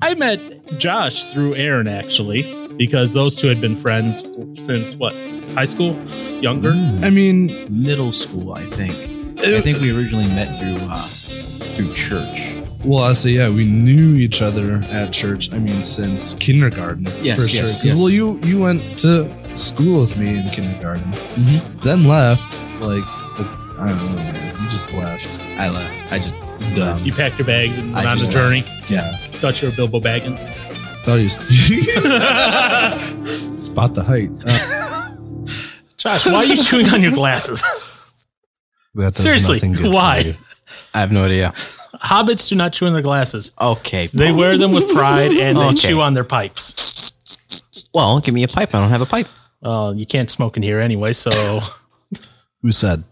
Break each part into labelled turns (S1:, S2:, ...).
S1: I met Josh through Aaron actually because those two had been friends since what high school, younger.
S2: Mm.
S3: I mean,
S2: Middle school, I think. I think we originally met through uh, through church.
S3: well, I say, yeah, we knew each other at church. I mean, since kindergarten,
S2: Yes,
S3: for
S2: yes,
S3: sure. 'Cause,
S2: yes.
S3: Well, you you went to school with me in kindergarten,
S2: Mm-hmm.
S3: then left. Like, I don't know, man, you just left.
S2: I left. I just
S3: Dumb.
S1: You packed your bags and
S2: I
S1: went on the
S2: just-
S1: journey.
S3: Yeah,
S1: Thought you were Bilbo Baggins.
S3: thought you was- spot the height. Uh,
S1: Josh, why are you chewing on your glasses?
S4: That does
S1: Seriously,
S4: nothing good for
S1: why?
S4: you.
S2: I have no idea.
S1: Hobbits do not chew on their glasses.
S2: Okay.
S1: They wear them with pride and they
S2: Okay.
S1: chew on their pipes.
S2: Well, give me a pipe. I don't have a pipe.
S1: Uh, you can't smoke in here anyway, so
S3: who said?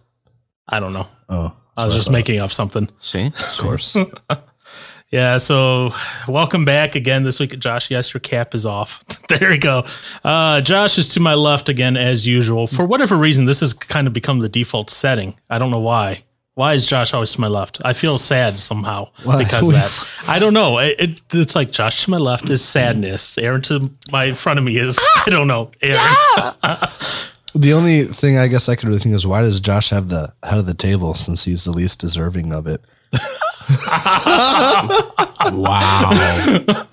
S1: I don't know.
S3: Oh,
S1: I was just making up something.
S2: See?
S3: of course.
S1: Yeah, so welcome back again this week. Josh, yes, your cap is off. there you go. Uh, Josh is to my left again, as usual. For whatever reason, this has kind of become the default setting. I don't know why. Why is Josh always to my left? I feel sad somehow
S3: Why?
S1: because of that. I don't know. It, it, it's like Josh to my left is sadness. Aaron to my front of me is, I don't know, Aaron.
S3: The only thing I guess I could really think is why does Josh have the head of the table since he's the least deserving of it?
S4: Wow.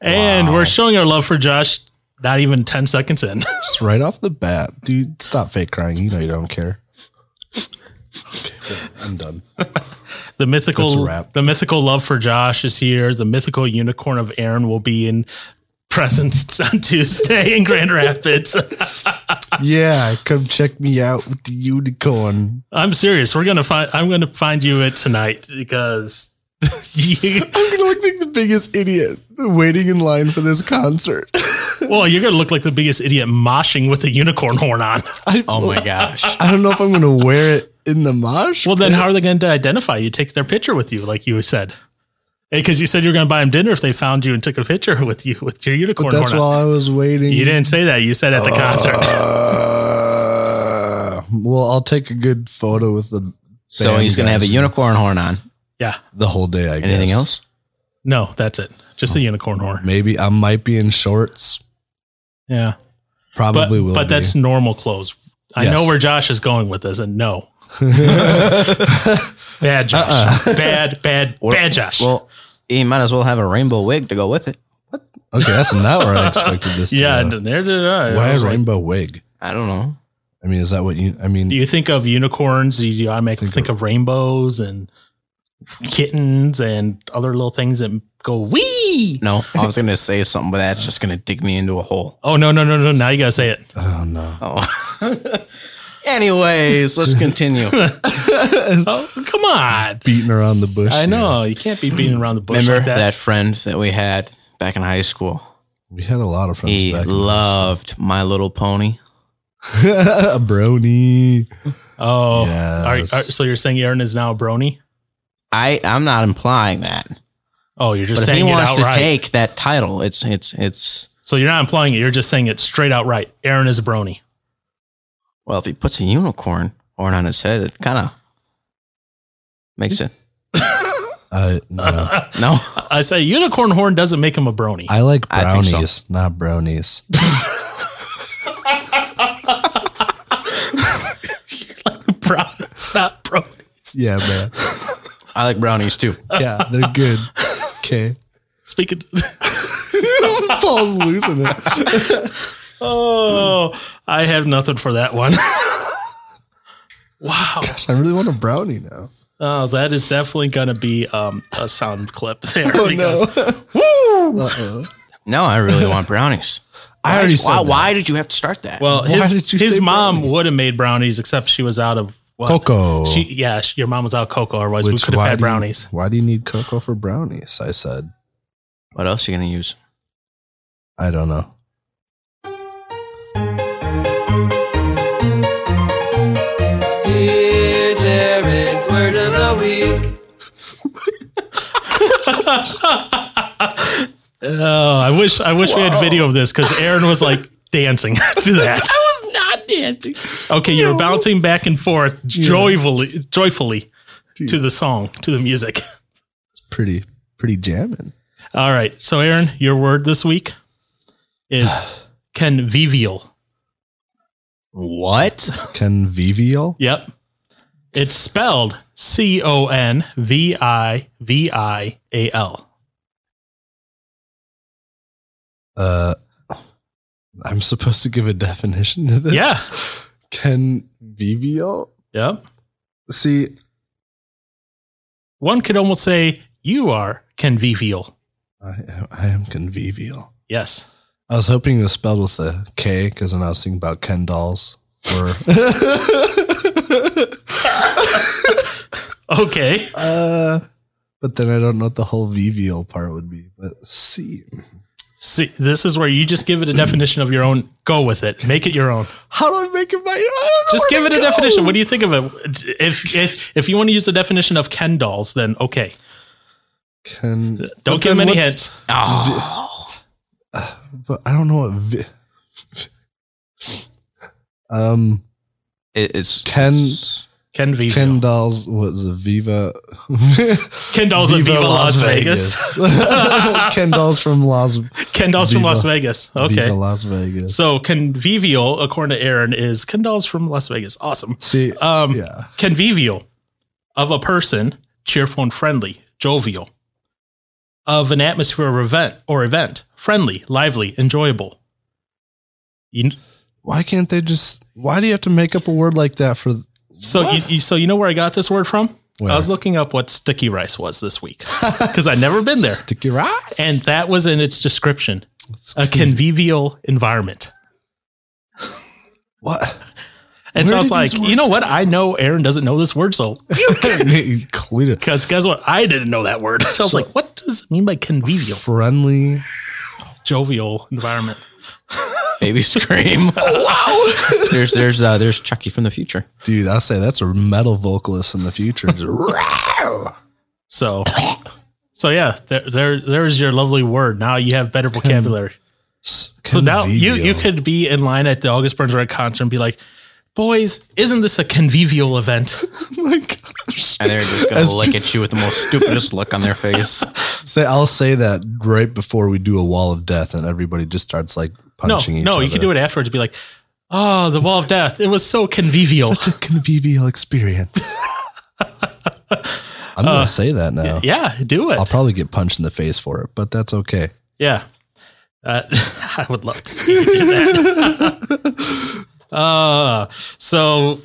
S1: And we're showing our love for Josh not even 10 seconds in.
S3: Just right off the bat, dude. Stop fake crying. You know you don't care. Okay, I'm done.
S1: The
S3: That's a
S1: mythical,
S3: wrap.
S1: the mythical love for Josh is here. The mythical unicorn of Aaron will be in presence on Tuesday in Grand Rapids.
S3: Yeah, come check me out with the unicorn.
S1: I'm serious. We're gonna find. I'm gonna find you it tonight because you.
S3: I'm gonna look like the biggest idiot waiting in line for this concert.
S1: Well, you're gonna look like the biggest idiot moshing with a unicorn horn on.
S3: I,
S1: Um,
S2: Oh my gosh.
S3: I don't know if I'm gonna wear it in the mosh.
S1: Well, then how are they going to identify you? Take their picture with you, like you said. Because you said you were going to buy them dinner if they found you and took a picture with you with your unicorn
S3: But that's Oh.
S1: horn on.
S3: while I was waiting.
S1: You didn't say that. You said at the concert.
S3: Uh, well, I'll take a good photo with the.
S2: So
S3: band
S2: he's going to have a
S3: guys
S2: unicorn horn on.
S1: Yeah.
S3: the whole day. I guess.
S2: Anything else?
S1: No, that's it. Just a
S3: Oh.
S1: unicorn horn.
S3: Maybe I might be in shorts.
S1: Yeah. But,
S3: Probably will.
S1: but
S3: be.
S1: that's normal clothes. I
S3: Yes.
S1: know where Josh is going with this, and no. bad Josh.
S3: Uh-uh.
S1: Bad, bad, bad Josh.
S2: Well, he might as well have a rainbow wig to go with it.
S3: okay. That's not where I expected this.
S1: yeah,
S3: To,
S1: and there they are.
S3: go. why
S1: I
S3: a
S1: was like,
S3: rainbow wig?
S2: I don't know.
S3: I mean, is that what you? I mean,
S1: do you think of unicorns? You automatically think,
S3: Think
S1: of rainbows and kittens and other little things that go wee.
S2: No, I was going to say something, but that's just going to dig me into a hole.
S1: Oh no no no no! Now you gotta say it.
S3: oh no.
S2: Oh. Anyways, let's continue.
S1: Oh come on!
S3: Beating around the bush.
S1: I
S3: here.
S1: know you can't be beating around the bush
S2: Remember
S1: like
S2: that.
S1: that.
S2: friend that we had back in high school?
S3: We had a lot of friends.
S2: He
S3: back in the
S2: loved My Little Pony.
S3: day. a brony.
S1: Oh, are,
S3: Yes.
S1: are, so you're saying Aaron is now a brony?
S2: I I'm not implying that.
S1: Oh, you're just
S2: But if he
S1: saying it
S2: wants to
S1: outright.
S2: take that title, it's it's it's
S1: so you're not implying it. You're just saying it straight outright. Aaron is a brony.
S2: well, if he puts a unicorn horn on his head, it kind of makes it.
S3: I no.
S2: No,
S1: I say unicorn horn doesn't make him a brony.
S3: I like
S2: I think so.
S3: brownies, not brownies.
S1: Bro- it's not bronies.
S3: yeah, man.
S2: I like brownies too.
S3: Yeah, they're good. Okay.
S1: Speaking.
S3: Paul's losing it.
S1: oh, I have nothing for that one. wow.
S3: Gosh, I really want a brownie now.
S1: Oh, that is definitely gonna be um, a sound clip there.
S3: Oh
S1: because-
S3: no. Uh-uh.
S1: Woo!
S3: Uh-oh.
S2: No, I really want brownies.
S3: I already said
S2: why,
S3: that.
S2: why did you have to start that?
S1: Well,
S3: Why
S1: his,
S3: did you
S1: his
S3: say
S1: mom
S3: brownie?
S1: would have made brownies, except she was out of what?
S3: Cocoa.
S1: She, yeah, she, your mom was out of cocoa, otherwise we
S3: Which-
S1: could have
S3: why
S1: had
S3: do you-
S1: brownies.
S3: why do you need cocoa for brownies? I said.
S2: what else are you gonna use?
S3: I don't know.
S5: Here's Aaron's word of the week.
S1: Oh, I wish I wish we had video of this because Aaron was like dancing to that.
S3: I was not dancing.
S1: Okay, you were bouncing back and forth joyfully, joyfully to the song, to the music.
S3: Pretty, pretty jamming.
S1: All right. So, Aaron, your word this week is convivial.
S6: What?
S3: Convivial?
S1: Yep. It's spelled C O N V I V I A L.
S3: Uh, I'm supposed to give a definition to this?
S1: Yes.
S3: Convivial?
S1: Yep.
S3: See,
S1: One could almost say you are convivial.
S3: I, I am convivial.
S1: Yes.
S3: I was hoping it was spelled with a K because when I was thinking about Ken dolls or
S1: Okay.
S3: uh, but then I don't know what the whole vivial part would be. But see,
S1: See, this is where you just give it a definition of your own. Go with it. Make it your own.
S3: how do I make it my? I
S1: Just give it a definition. What do you think of it? If if if you want to use the definition of Ken dolls, then okay.
S3: Ken,
S1: Don't
S3: but
S1: give him
S3: then
S1: any
S3: what's-
S1: hints.
S2: Oh.
S3: But I don't know what. Vi- um,
S2: It, it's
S3: Ken-
S2: it's-
S1: Ken Vivo.
S3: Ken dolls was a Viva.
S1: Ken dolls at Viva Las Vegas.
S3: Vegas. Ken dolls from Las.
S1: Ken dolls from
S3: Viva.
S1: Las Vegas. Okay.
S3: Viva Las Vegas.
S1: So convivial, according to Aaron, is Ken dolls from Las Vegas. Awesome.
S3: See,
S1: Um,
S3: yeah.
S1: Convivial of a person, cheerful and friendly, jovial. Of an atmosphere or event or event, friendly, lively, enjoyable. You,
S3: Why can't they just? Why do you have to make up a word like that for?
S1: so you, you so you know where I got this word from?
S3: Where?
S1: I was looking up what sticky rice was this week because I'd never been there.
S3: Sticky rice.
S1: And that was in its description a convivial environment.
S3: what?
S1: And so
S3: Where
S1: I was
S3: did
S1: like,
S3: these
S1: you know what? I know Aaron doesn't know this word. So,
S3: Clear.
S1: because guess what? I didn't know that word. I was
S3: So-
S1: like, what does it mean by convivial,
S3: Friendly.
S1: jovial environment?
S2: Baby scream.
S3: Oh,
S2: there's there's uh, there's Chucky from the future.
S3: Dude, I'll say that's a metal vocalist in the future. Just row.
S1: So, so yeah, there, there, there's your lovely word. Now you have better vocabulary.
S3: S-
S1: So now you,
S3: convivial.
S1: you could be in line at the August Burns Red concert and be like, boys, isn't this a convivial event?
S3: my gosh.
S2: And they're just gonna
S3: As
S2: look at you with the most stupidest look on their face.
S3: Say, I'll say that right before we do a wall of death, and everybody just starts like
S1: No,
S3: punching each
S1: no, you
S3: other.
S1: could do it afterwards. Be like, oh, the wall of death. It was so convivial.
S3: Such a convivial experience. I'm gonna say that now.
S1: Uh, yeah, do it.
S3: I'll probably get punched in the face for it, but that's okay.
S1: Yeah. Uh, I would love to see you do that. uh, so,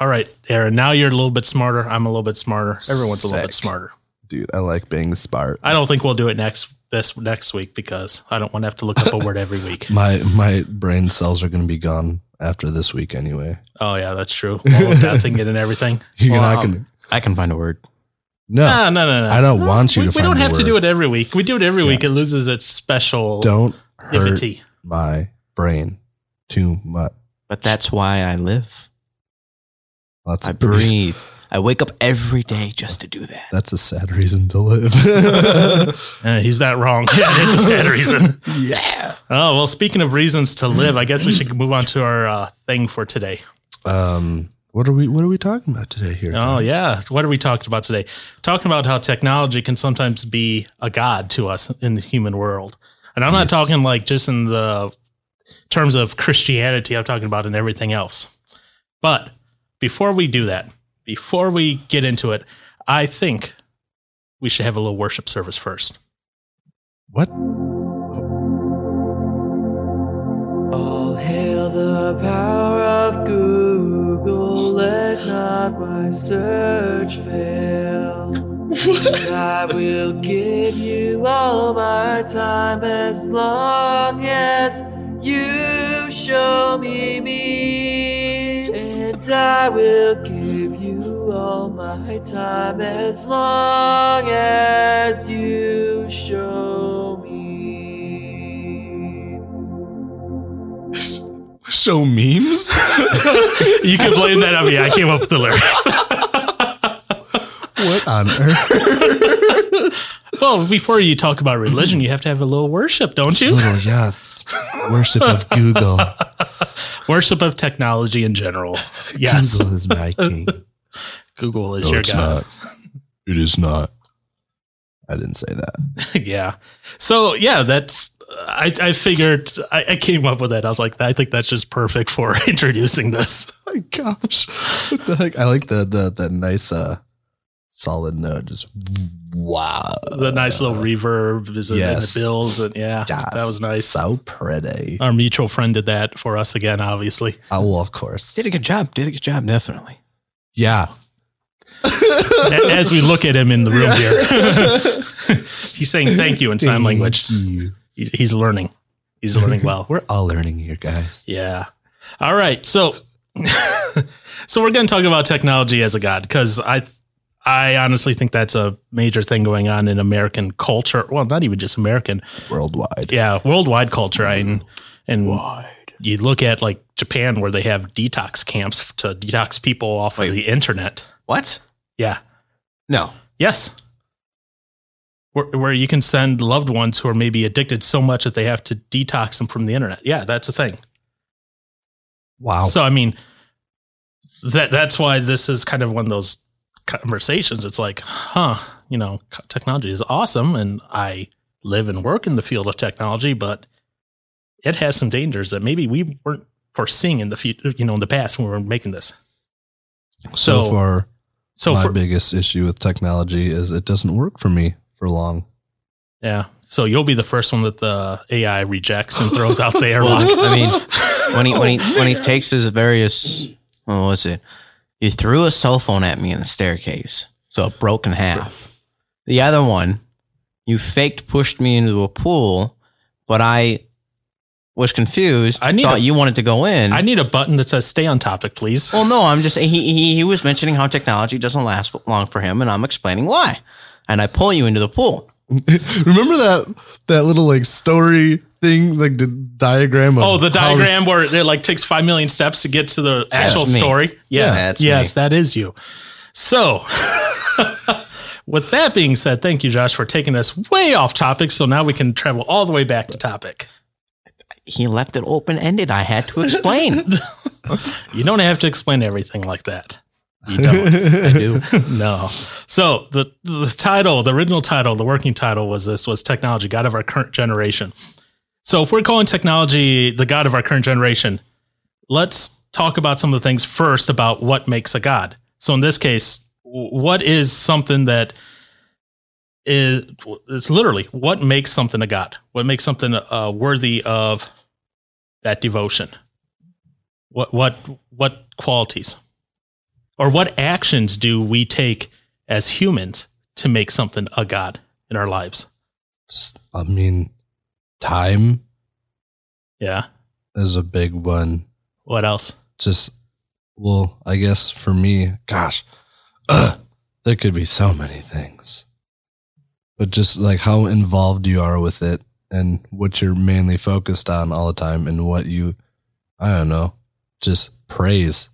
S1: all right, Aaron, now you're a little bit smarter. I'm a little bit smarter. Everyone's a little bit
S3: Sick.
S1: smarter.
S3: Dude, I like being smart.
S1: I don't think we'll do it next this next week because I don't want to have to look up a word every week.
S3: My my brain cells are gonna be gone after this week anyway.
S1: Oh yeah, that's true. All of death and getting everything.
S3: You're
S2: Well,
S3: not
S2: um,
S3: gonna.
S2: I can find a word.
S3: No,
S1: No, no, no, no.
S3: I don't want you
S1: we,
S3: to.
S1: we
S3: find
S1: don't
S3: a
S1: have to
S3: word.
S1: do it every week. We do it every week. It loses its special
S3: Don't hurt
S1: divinity.
S3: my brain too much.
S2: But that's why I live.
S3: That's
S2: I
S3: a pretty-
S2: breathe. I wake up every day just to do that.
S3: That's a sad reason to live.
S1: Uh, he's not wrong. it is a sad reason.
S2: Yeah.
S1: Oh, well, speaking of reasons to live, I guess we should move on to our uh, thing for today.
S3: um, what are we? What are we talking about today here?
S1: Oh, yeah. So What are we talking about today? Talking about how technology can sometimes be a god to us in the human world. And I'm not talking like just in the terms of Christianity, I'm talking about in everything else. But before we do that, before we get into it, I think we should have a little worship service first.
S3: What?
S5: All hail the power of Google. Let not my search fail. And I will give you all my time as long as you show me me. And I will give you all my time as long as you show me.
S3: Show memes.
S1: You can blame that on me. I came up with the lyrics.
S3: what on earth?
S1: Well, before you talk about religion, you have to have a little worship, don't you?
S3: Little yes. Worship of Google.
S1: Worship of technology in general. Yes.
S3: Google is my king.
S1: Google is your god.
S3: It is not. I didn't say that.
S1: yeah. So yeah, that's I, I figured I, I came up with that. I was like, I think that's just perfect for introducing this.
S3: My gosh, what the heck? I like the the the nice uh solid note. Just wow,
S1: The nice little reverb is in
S3: yes.
S1: the builds, and yeah,
S3: Just
S1: that was nice. Uh,
S3: So pretty.
S1: Our mutual friend did that for us again, obviously.
S3: Oh well, of course.
S2: Did a good job. Did a good job, definitely.
S3: Yeah.
S1: A- As we look at him in the room here, he's saying thank you in sign language. He's he's learning. He's learning well.
S3: We're all learning here, guys.
S1: Yeah. All right. So, so we're going to talk about technology as a god because I, I honestly think that's a major thing going on in American culture. Well, not even just American.
S3: Worldwide.
S1: Yeah, worldwide culture. I and and you look at like Japan where they have detox camps to detox people off
S2: Wait.
S1: of the internet.
S2: What?
S1: Yeah.
S2: No.
S1: Yes. Where, where you can send loved ones who are maybe addicted so much that they have to detox them from the internet. Yeah, that's a thing.
S3: Wow.
S1: So I mean, that that's why this is kind of one of those conversations. It's like, huh, you know, c- technology is awesome, and I live and work in the field of technology, but it has some dangers that maybe we weren't foreseeing in the future. You know, in the past when we were making this.
S3: so,
S1: so-
S3: far,
S1: So
S3: my
S1: for,
S3: biggest issue with technology is it doesn't work for me for long.
S1: yeah, so you'll be the first one that the AI rejects and throws out the airlock.
S2: I mean, when he when he when he takes his various, what was it? He threw a cell phone at me in the staircase, so it broke in half. The other one, you faked pushed me into a pool, but I was confused.
S1: I need
S2: thought
S1: a-
S2: you wanted to go in.
S1: I need a button that says "Stay on topic, please."
S2: Well, no, I'm just he, he he was mentioning how technology doesn't last long for him, and I'm explaining why. And I pull you into the pool.
S3: Remember that that little like story thing, like the diagram of
S1: Oh, the
S3: how this-
S1: diagram where it like takes five million steps to get to the actual
S2: me.
S1: story. Yes,
S2: That's
S1: yes,
S2: me.
S1: that is you. So, with that being said, thank you, Josh, for taking us way off topic. So now we can travel all the way back to topic.
S2: He left it open ended. I had to explain.
S1: You don't have to explain everything like that. You don't.
S2: I do.
S1: no. So the the title, the original title, the working title was this was technology, God of our current generation. So if we're calling technology the God of our current generation, let's talk about some of the things first about what makes a God. So in this case, w- what is something that is it's literally what makes something a God? What makes something uh, worthy of that devotion? What what what qualities? or what actions do we take as humans to make something a god in our lives?
S3: I mean, time
S1: Yeah.
S3: is a big one.
S1: What else?
S3: Just well, I guess for me, gosh, ugh, there could be so many things, but just like how involved you are with it and what you're mainly focused on all the time and what you, I don't know, just praise.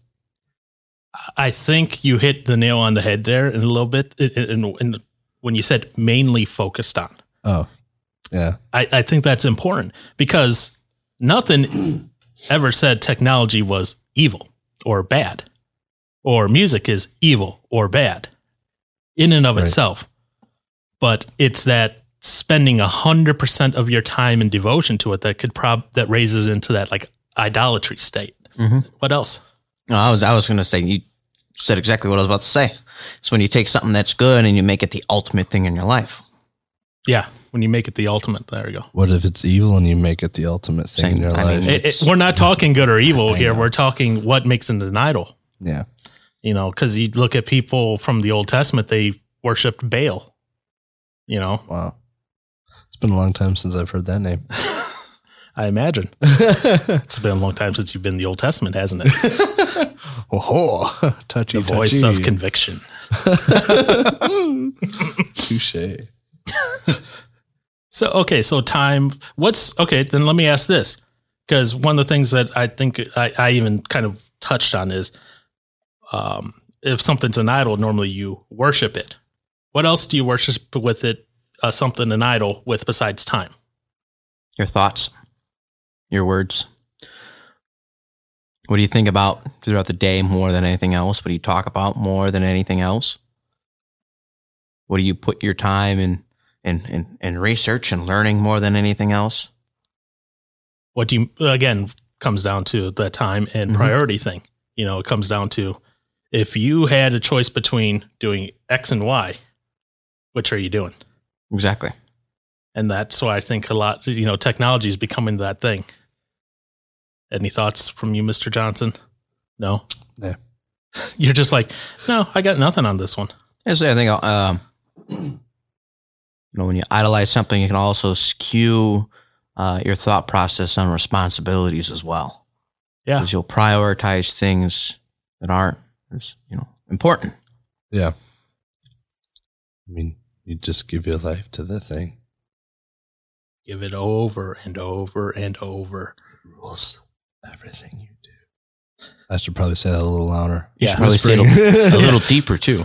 S1: I think you hit the nail on the head there in a little bit. in- in- in- when you said mainly focused on,
S3: Oh, yeah,
S1: I, I think that's important because nothing ever said technology was evil or bad, or music is evil or bad in and of
S3: Right.
S1: itself. But it's that spending a hundred percent of your time and devotion to it that could prob that raises into that like idolatry state.
S3: Mm-hmm.
S2: Mhm.
S1: What else?
S2: No, I was I was gonna say you said exactly what I was about to say. It's when you take something that's good and you make it the ultimate thing in your life.
S1: Yeah, when you make it the ultimate, there you go.
S3: what if it's evil and you make it the ultimate thing in
S2: Same.
S3: your
S2: I
S3: life?
S2: mean,
S1: It- it-
S2: It's-
S1: we're not talking good or evil
S3: I
S1: here.
S3: know.
S1: We're talking what makes it an idol.
S3: yeah,
S1: you know, because you look at people from the Old Testament, they worshipped Baal. You know,
S3: wow. It's been a long time since I've heard that name.
S1: I imagine it's been a long time since you've been in the Old Testament, hasn't it?
S3: oh, touchy,
S1: The voice
S3: touchy.
S1: of conviction.
S3: Touche.
S1: So okay, so time. What's okay? Then let me ask this, because one of the things that I think I, I even kind of touched on is, um, if something's an idol, normally you worship it. What else do you worship with it? Uh, something an idol with besides time?
S2: Your thoughts, your words. What do you think about throughout the day more than anything else? What do you talk about more than anything else? What do you put your time and and, and, and research and learning more than anything else.
S1: What do you again comes down to the time and
S2: Mhm.
S1: priority thing. You know, it comes down to if you had a choice between doing X and Y, which are you doing?
S2: Exactly.
S1: And that's why I think a lot, you know, technology is becoming that thing. Any thoughts from you, Mr. Johnson? No.
S3: No.
S1: You're just like, no, I got nothing on this one.
S2: That's the other thing. Um, you know, when you idolize something, it can also skew uh, your thought process on responsibilities as well.
S1: Yeah.
S2: Because you'll prioritize things that aren't, as, you know, important.
S3: I mean, you just give your life to the thing.
S1: Give it over and over and over.
S3: Rules everything you do. I should probably say that a little louder.
S1: Yeah.
S2: Probably say it a, a little deeper too.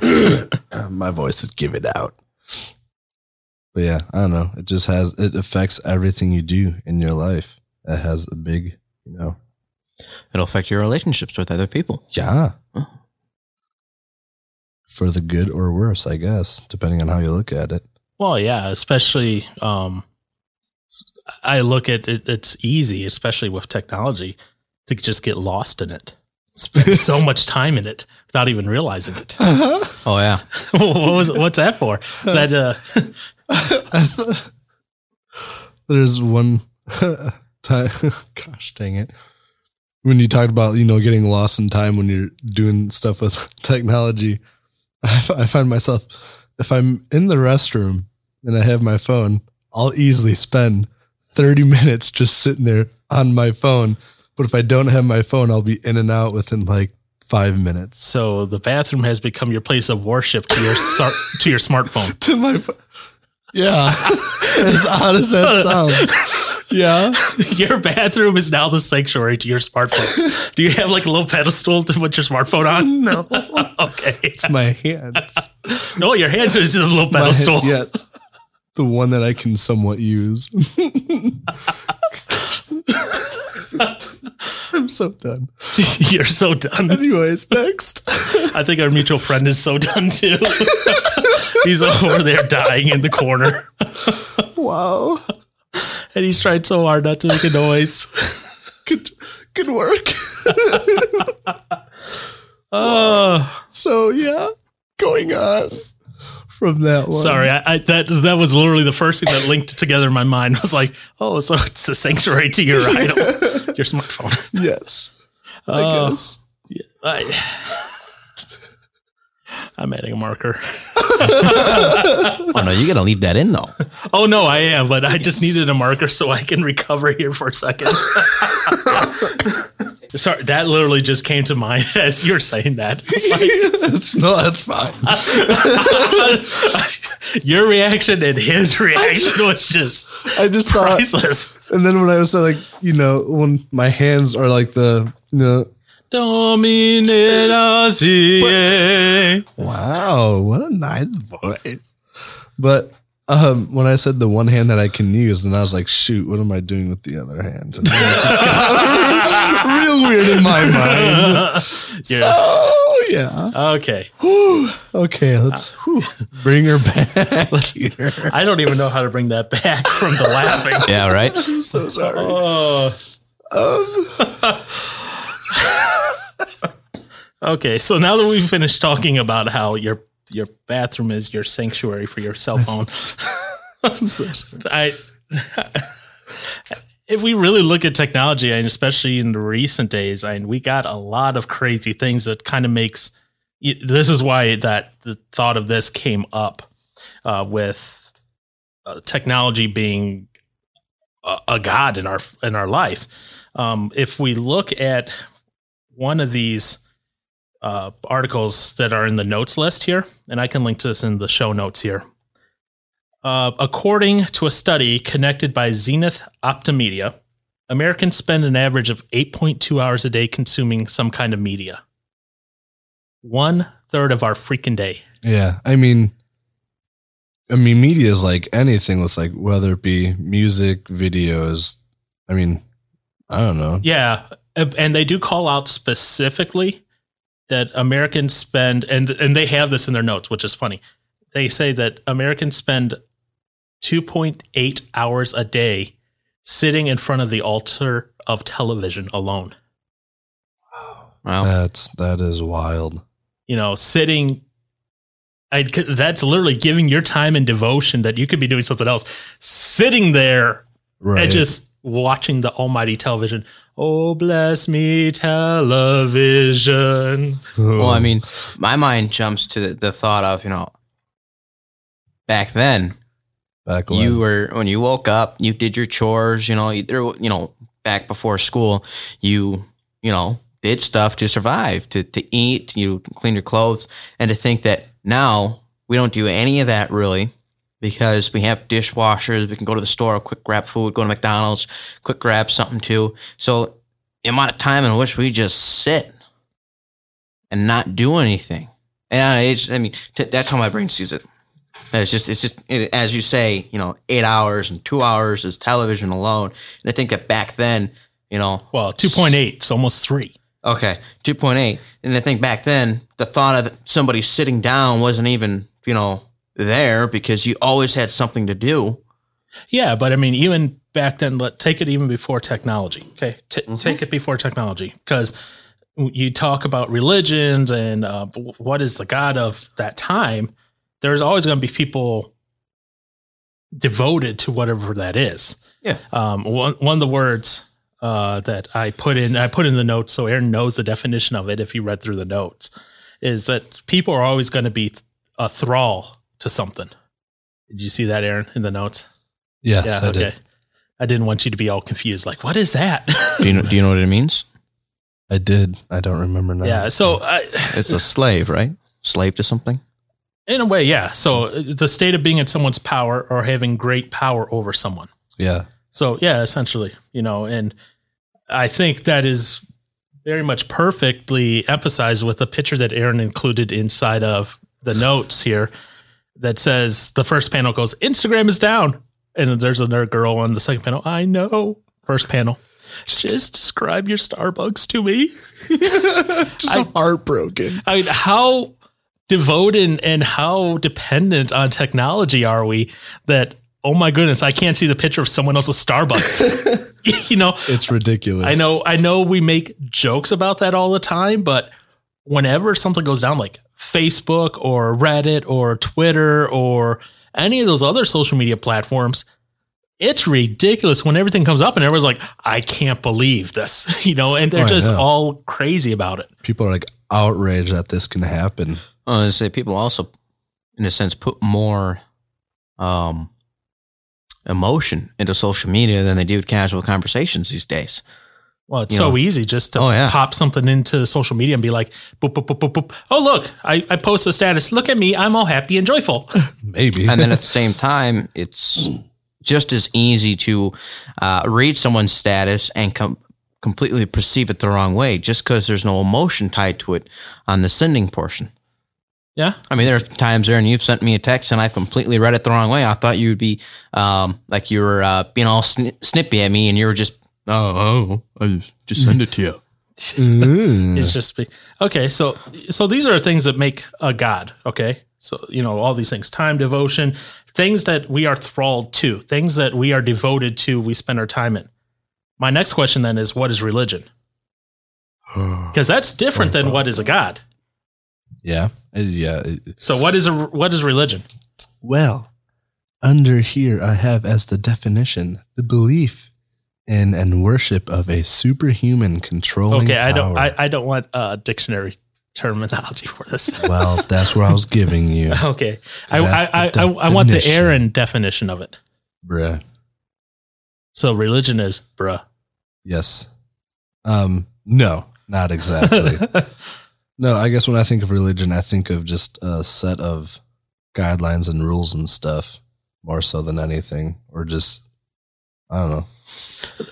S3: My voice is give it out. But yeah, I don't know. It just has it affects everything you do in your life. It has a big, you know.
S2: It'll affect your relationships with other people.
S3: Yeah.
S2: Huh.
S3: For the good or worse, I guess, depending on how you look at it.
S1: Well, yeah, especially um, I look at it, it's easy, especially with technology, to just get lost in it. Spend so much time in it without even realizing it.
S2: Oh yeah.
S1: what was what's that for? Is that uh,
S3: There's one time, gosh dang it. When you talked about, you know, getting lost in time when you're doing stuff with technology, I, f- I find myself, if I'm in the restroom and I have my phone, I'll easily spend 30 minutes just sitting there on my phone. But if I don't have my phone, I'll be in and out within like five minutes.
S1: so? The bathroom has become your place of worship to your sar- to your smartphone.
S3: to my fo- yeah as odd as that sounds yeah
S1: Your bathroom is now the sanctuary to your smartphone. Do you have like a little pedestal to put your smartphone on? No. okay.
S3: it's my hands
S1: No, your hands are just a little
S3: My hand-
S1: pedestal.
S3: yes the one that i can somewhat use i'm so done
S1: You're so done.
S3: anyways next
S1: I think our mutual friend is so done too. he's over there dying in the corner,
S3: wow
S1: and he's tried so hard not to make a noise.
S3: good good work
S1: Oh,
S3: so yeah going on from that one
S1: sorry. I, I that that was literally the first thing that linked together in my mind. I was like, oh, so it's a sanctuary to your idol, your smartphone.
S3: yes i
S1: Oh,
S3: guess
S1: I, I'm adding a marker.
S2: Oh no, you gotta leave that in though.
S1: Oh no, I am, but I just needed a marker so I can recover here for a second. Sorry, that literally just came to mind as you're saying that.
S3: That's- no that's fine
S1: Your reaction and his reaction was just
S3: i just thought
S1: priceless.
S3: And then when I was uh, like, you know, when my hands are like the, you know, wow, what a nice voice. But um, when I said the one hand that I can use, then I was like, shoot, what am I doing with the other hand? And then it just got real weird in my mind.
S1: Yeah.
S3: Oh, yeah.
S1: Okay.
S3: Whew. Okay, let's Uh, whew, bring her back here.
S1: I don't even know how to bring that back from the laughing.
S2: Yeah, right.
S3: I'm so sorry.
S1: Oh.
S3: Um,
S1: Okay, so now that we've finished talking about how your your bathroom is your sanctuary for your cell phone,
S3: I'm so sorry.
S1: I if we really look at technology and especially in the recent days, I mean, we got a lot of crazy things that kind of makes y- this is why that the thought of this came up uh, with uh, technology being a, a god in our in our life. Um, if we look at one of these uh, articles that are in the notes list here, and I can link to this in the show notes here. Uh, according to a study connected by Zenith Optimedia, Americans spend an average of 8.2 hours a day consuming some kind of media. One third of our freaking day.
S3: Yeah, I mean, I mean, media is like anything with like whether it be music, videos. I mean, I don't know.
S1: Yeah, and and they do call out specifically that Americans spend and and they have this in their notes, which is funny. They say that Americans spend 2.8 hours a day sitting in front of the altar of television alone.
S2: Wow.
S3: That's that is wild.
S1: You know, sitting. I'd, that's literally giving your time and devotion that you could be doing something else. Sitting there
S3: Right.
S1: and just watching the almighty television. Oh, bless me, television.
S2: Well, I mean, my mind jumps to the, the thought of, you know, back then
S3: back when
S2: you were, when you woke up, you did your chores, you know, you, there, you know, back before school, you, you know, did stuff to survive, to, to eat, you clean your clothes. And to think that now we don't do any of that really because we have dishwashers, we can go to the store, quick grab food, go to McDonald's, quick grab something too. So the amount of time in which we just sit and not do anything. And I, it's, I mean, t- that's how my brain sees it. And It's just, it's just, it, as you say, you know, eight hours and two hours is television alone. And I think that back then, you know,
S1: Well, 2.8, it's almost three.
S2: okay, 2.8. And I think back then, the thought of somebody sitting down wasn't even, you know, there because you always had something to do.
S1: Yeah, but I mean, even back then, let take it even before technology. Okay, T-
S2: Mhm.
S1: take it before technology because you talk about religions and uh, w- what is the god of that time. There's always going to be people devoted to whatever that is.
S2: Yeah.
S1: Um, one one of the words uh, that I put in, I put in the notes, so Aaron knows the definition of it if you read through the notes, is that people are always going to be a thrall to something. Did you see that, Aaron, in the notes?
S3: yes,
S1: yeah,
S3: I
S1: okay.
S3: did.
S1: I didn't want you to be all confused. Like, what is that?
S2: Do you know, do you know what it means?
S3: I did. I don't remember now.
S1: yeah. So, I,
S2: It's a slave, right? Slave to something.
S1: in a way, yeah. So, uh, the state of being in someone's power or having great power over someone.
S3: yeah.
S1: So, yeah, essentially, you know, and I think that is very much perfectly emphasized with the picture that Aaron included inside of the notes here that says the first panel goes, Instagram is down. And there's another girl on the second panel. I know. First panel. Just describe your Starbucks to me.
S7: Just so heartbroken.
S1: I mean, how devoted and- and how dependent on technology are we that, oh my goodness, I can't see the picture of someone else's Starbucks? you know,
S3: It's ridiculous.
S1: I know, I know we make jokes about that all the time, but whenever something goes down like Facebook or Reddit or Twitter or any of those other social media platforms, it's ridiculous when everything comes up and everyone's like, I can't believe this, you know, and they're
S3: Oh, I
S1: just
S3: know.
S1: all crazy about it.
S3: People are like outraged that this can
S2: I
S3: happen.
S2: was gonna say Uh, people also, in a sense, put more um, emotion into social media than they do casual conversations these days.
S1: Well, it's
S2: you
S1: so
S2: know.
S1: easy just to
S2: Oh, yeah.
S1: pop something into social media and be like, boop, boop, boop, boop, boop. oh, look, I, I post a status. Look at me. I'm all happy and joyful.
S3: Maybe.
S2: And then at the same time, it's just as easy to uh, read someone's status and com- completely perceive it the wrong way just because there's no emotion tied to it on the sending portion.
S1: yeah.
S2: I mean, there are times there, and you've sent me a text, and I've completely read it the wrong way. I thought you'd be um, like you were uh, being all sni snippy at me, and you were just, oh, oh, I just send it to you.
S1: It's
S3: Mm.
S1: just be, okay. So, so these are things that make a god. Okay, so you know all these things: time, devotion, things that we are thralled to, things that we are devoted to. We spend our time in. My next question then is, what is religion? Because that's different
S2: Oh,
S1: than what is a god.
S3: yeah. Uh, Yeah.
S1: So, what is a what is religion?
S3: Well, under here I have as the definition the belief in and worship of a superhuman controlling.
S1: Okay, I don't
S3: power.
S1: I, I don't want uh, dictionary terminology for this.
S3: well, that's what I was giving you,
S1: okay, I I,
S3: That's the
S1: I, I I want the
S3: definition.
S1: Aaron definition of it.
S3: bruh.
S1: So, religion is bruh.
S3: Yes. Um. No, not exactly. No, I guess when I think of religion, I think of just a set of guidelines and rules and stuff more so than anything, or just I don't know.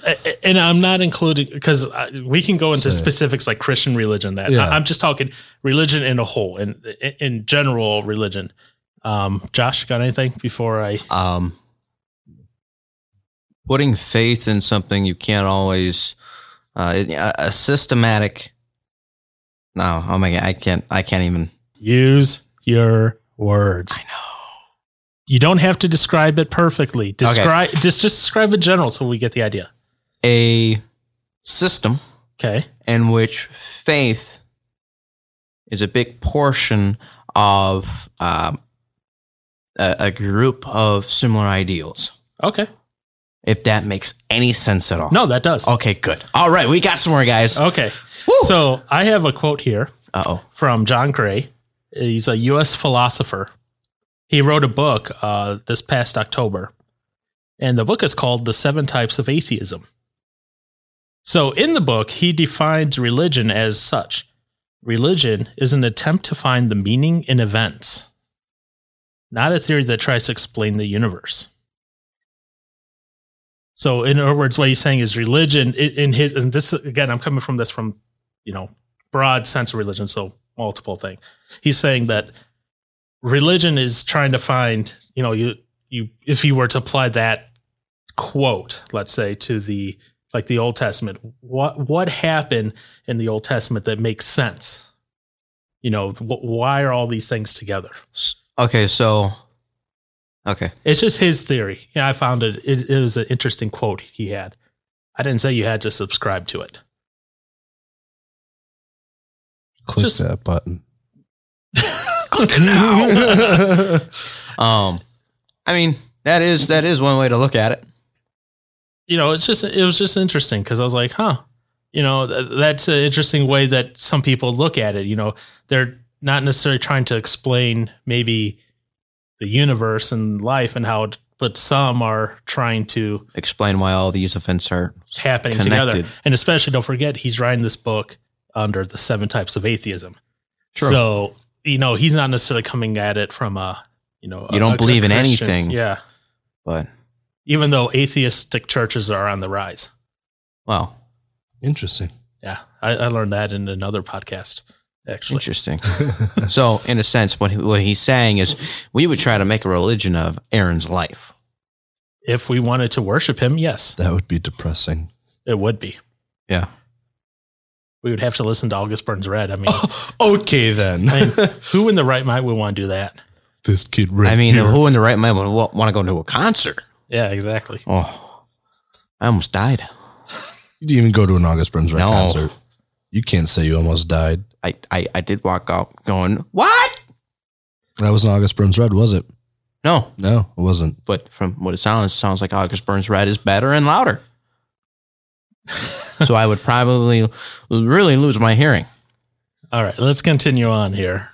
S1: A- and I'm not including because we can go into
S3: Say it.
S1: specifics like Christian religion. That
S3: Yeah.
S1: I, am just talking religion in a whole, in in- in general religion. Um, Josh, got anything before I?
S2: Um, putting faith in something you can't always, uh, a, a systematic. No, oh my god, I can't, I can't even.
S1: Use your words. You don't have to describe it perfectly. Describe just just describe it general so we get the idea.
S2: a system
S1: Okay.
S2: in which faith is a big portion of um, a, a group of similar ideals.
S1: Okay.
S2: If that makes any sense at all.
S1: No, that does.
S2: Okay, good. All right, we got somewhere, guys. Uh
S1: Okay. So I have a quote here
S2: oh.
S1: from John Gray. He's a U.S. philosopher. He wrote a book uh, this past October, and the book is called The Seven Types of Atheism. So, in the book, he defines religion as such religion is an attempt to find the meaning in events, not a theory that tries to explain the universe. So, in other words, what he's saying is religion, in in his, and this again, I'm coming from this from, you know, broad sense of religion, so multiple thing. He's saying that religion is trying to find, you know, you you if you were to apply that quote, let's say, to the like the Old Testament, what what happened in the Old Testament that makes sense? You know, wh- why are all these things together?
S2: Okay, so. Okay.
S1: It's just his theory. Yeah, I found it. It, it was an interesting quote he had. I didn't say you had to subscribe to it.
S3: Click
S1: Just-
S3: that button.
S2: Um, I mean, that is that is one way to look at it.
S1: you know, it's just it was just interesting because I was like, huh, you know, th- that's an interesting way that some people look at it. You know, they're not necessarily trying to explain maybe the universe and life and how it, but some are trying to
S2: Explain why all these events are
S1: happening
S2: connected.
S1: together. And especially, don't forget, he's writing this book under the seven types of atheism.
S2: Sure.
S1: So you know, he's not necessarily coming at it from a you know
S2: You
S1: a-
S2: don't
S1: a- a
S2: believe in
S1: Christian-
S2: anything.
S1: yeah.
S2: But
S1: Even though atheistic churches are on the rise.
S2: wow,
S3: Interesting.
S1: Yeah, I, I learned that in another podcast. Actually,
S2: interesting. so, in a sense, what he, what he's saying is, we would try to make a religion of Aaron's life.
S1: if we wanted to worship him, yes,
S3: That would be depressing.
S1: it would be.
S2: Yeah.
S1: We would have to listen to August Burns Red. I mean,
S3: Oh, Okay then.
S1: I mean who in the right mind would want to do that?
S3: this kid right
S2: I mean,
S3: here.
S2: who in the right mind would want to go to a concert?
S1: Yeah, exactly.
S2: Oh, I almost died.
S3: you didn't even go to an August Burns Red
S2: No.
S3: concert. You can't say you almost died.
S2: I, I, I did walk out going, what?
S3: That wasn't August Burns Red, was it?
S2: No,
S3: No, it wasn't.
S2: but from what it sounds, it sounds like August Burns Red is better and louder. so I would probably really lose my hearing.
S1: All right, let's continue on here.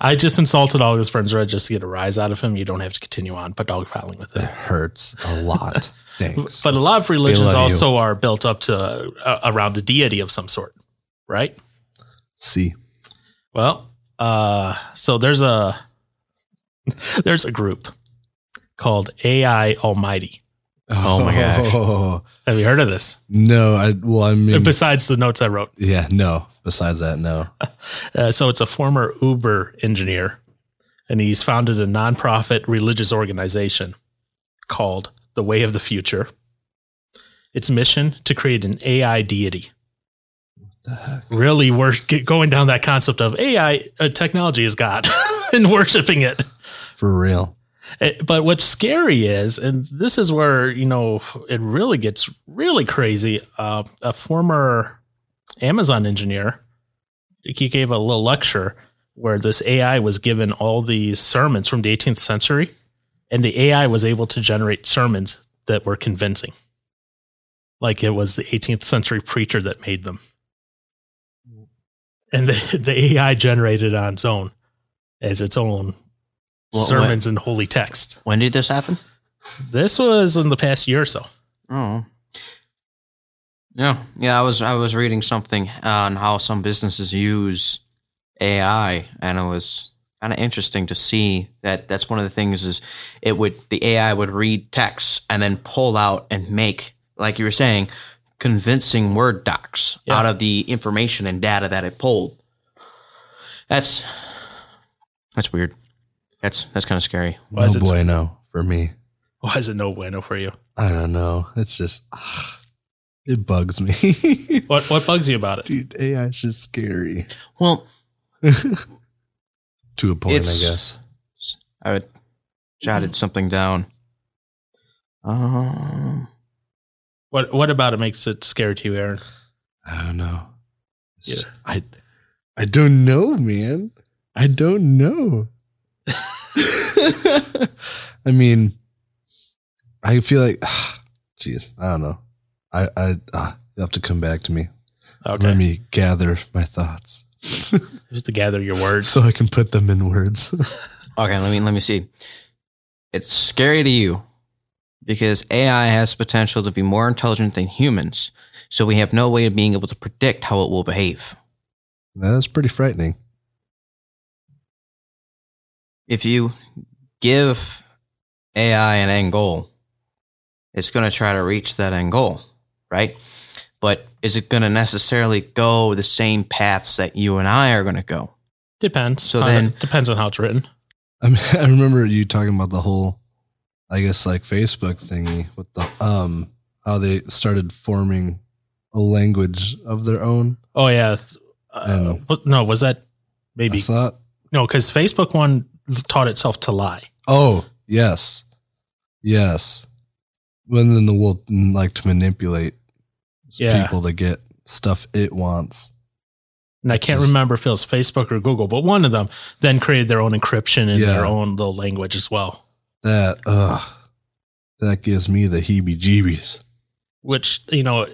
S1: I just insulted August Burns Red just to get a rise out of him. You don't have to continue on, but dogpiling with
S3: That
S1: it.
S3: hurts a lot. Thanks.
S1: But a lot of
S3: love
S1: religions
S3: you.
S1: also are built up to uh, around a deity of some sort, right?
S3: See.
S1: Well, uh, so there's a there's a group called AI Almighty.
S3: Oh
S2: my gosh.
S1: Have you heard of this?
S3: No, I well I mean
S1: Besides the notes I wrote,
S3: yeah, no. Besides that, no.
S1: uh, so it's a former Uber engineer, and he's founded a nonprofit religious organization called The Way of the Future. Its mission to create an AI deity. Really, we're get going down that concept of AI uh, technology is God and worshiping it.
S3: For real.
S1: It- Eh, but what's scary is, and this is where you know it really gets really crazy. Uh, a former Amazon engineer, he gave a little lecture where this AI was given all these sermons from the 18th century, and the AI was able to generate sermons that were convincing, like it was the 18th century preacher that made them, and the, the AI generated on its own as its own
S2: What-
S1: sermons and holy text.
S2: When did this happen?
S1: This was in the past year or so.
S2: Oh. Yeah, yeah. I was I was reading something on how some businesses use AI, and it was kind of interesting to see that. That's one of the things is it would the AI would read text and then pull out and make like you were saying convincing word docs
S1: Yeah.
S2: out of the information and data that it pulled. That's that's weird. That's that's kind of scary.
S1: Why
S3: no
S1: is it so-
S3: bueno for me.
S1: Why is it no bueno for you?
S3: I don't know. It's just ah, it bugs me.
S1: What what bugs you about it?
S3: Dude, AI is just scary.
S2: Well,
S3: To a point,
S2: It's-
S3: I guess.
S2: I would jotted something down. Um,
S1: What What about it makes it scary to you, Aaron?
S3: I don't know. It's
S1: Yeah.
S3: just- I I don't know, man. I don't know. I mean, I feel like, jeez, I don't know. I I ah, you'll have to come back to me.
S1: Okay,
S3: Let me gather my thoughts so
S1: just to gather your words.
S3: I can put them in words.
S2: okay, let me let me see. It's scary to you because AI has potential to be more intelligent than humans, so we have no way of being able to predict how it will behave.
S3: That's pretty frightening.
S2: If you give AI an end goal, it's going to try to reach that end goal, right? But is it going to necessarily go the same paths that you and I are going to go?
S1: depends.
S2: So
S1: How-
S2: then-
S1: depends on how it's written.
S3: I mean, I remember you talking about the whole, I guess, like Facebook thingy with the um, how they started forming a language of their own.
S1: Oh yeah, uh,
S3: And-
S1: what- no, was that
S3: I
S1: maybe
S3: thought,
S1: no? Because Facebook one taught itself to lie.
S3: oh yes, yes. When then the will like to manipulate s-
S1: Yeah.
S3: people to get stuff it wants.
S1: And I can't
S3: Just-
S1: remember if it was Facebook or Google, but one of them then created their own encryption in
S3: Yeah.
S1: their own little language as well,
S3: That uh, that gives me the heebie-jeebies.
S1: which, you know,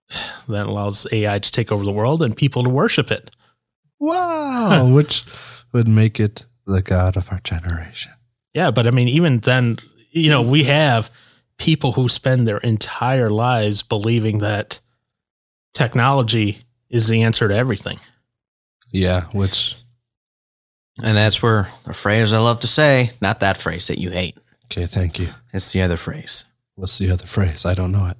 S1: that allows AI to take over the world and people to worship it.
S3: Wow, which would make it the god of our generation.
S1: Yeah, but I mean, even then, you know, we have people who spend their entire lives believing that technology is the answer to everything.
S3: Yeah, which
S2: And that's where the phrase I love to say, not that phrase that you hate.
S3: okay, thank you.
S2: It's the other phrase.
S3: What's the other phrase? I don't know it.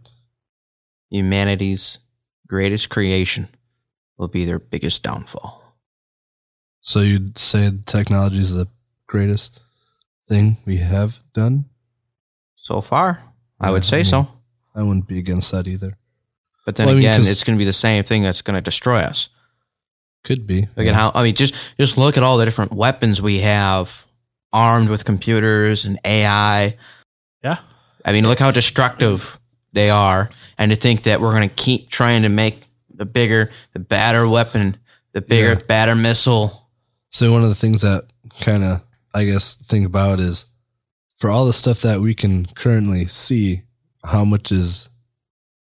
S2: Humanity's greatest creation will be their biggest downfall.
S3: So you'd say technology is the greatest thing we have done?
S2: So far, I would
S3: Yeah,
S2: say
S3: I
S2: so.
S3: I wouldn't be against that either.
S2: But then
S3: Mm-hmm. Well, I mean,
S2: again,
S3: 'cause-
S2: it's going to be the same thing that's going to destroy us.
S3: Could be.
S2: Look at how I mean, just just look at all the different weapons we have, armed with computers and AI.
S1: Yeah.
S2: I mean, look how destructive they are, and to think that we're going to keep trying to make the bigger, the badder weapon, the bigger,
S3: Yeah.
S2: badder missile.
S3: So one of the things that kind of I guess think about is for all the stuff that we can currently see, how much is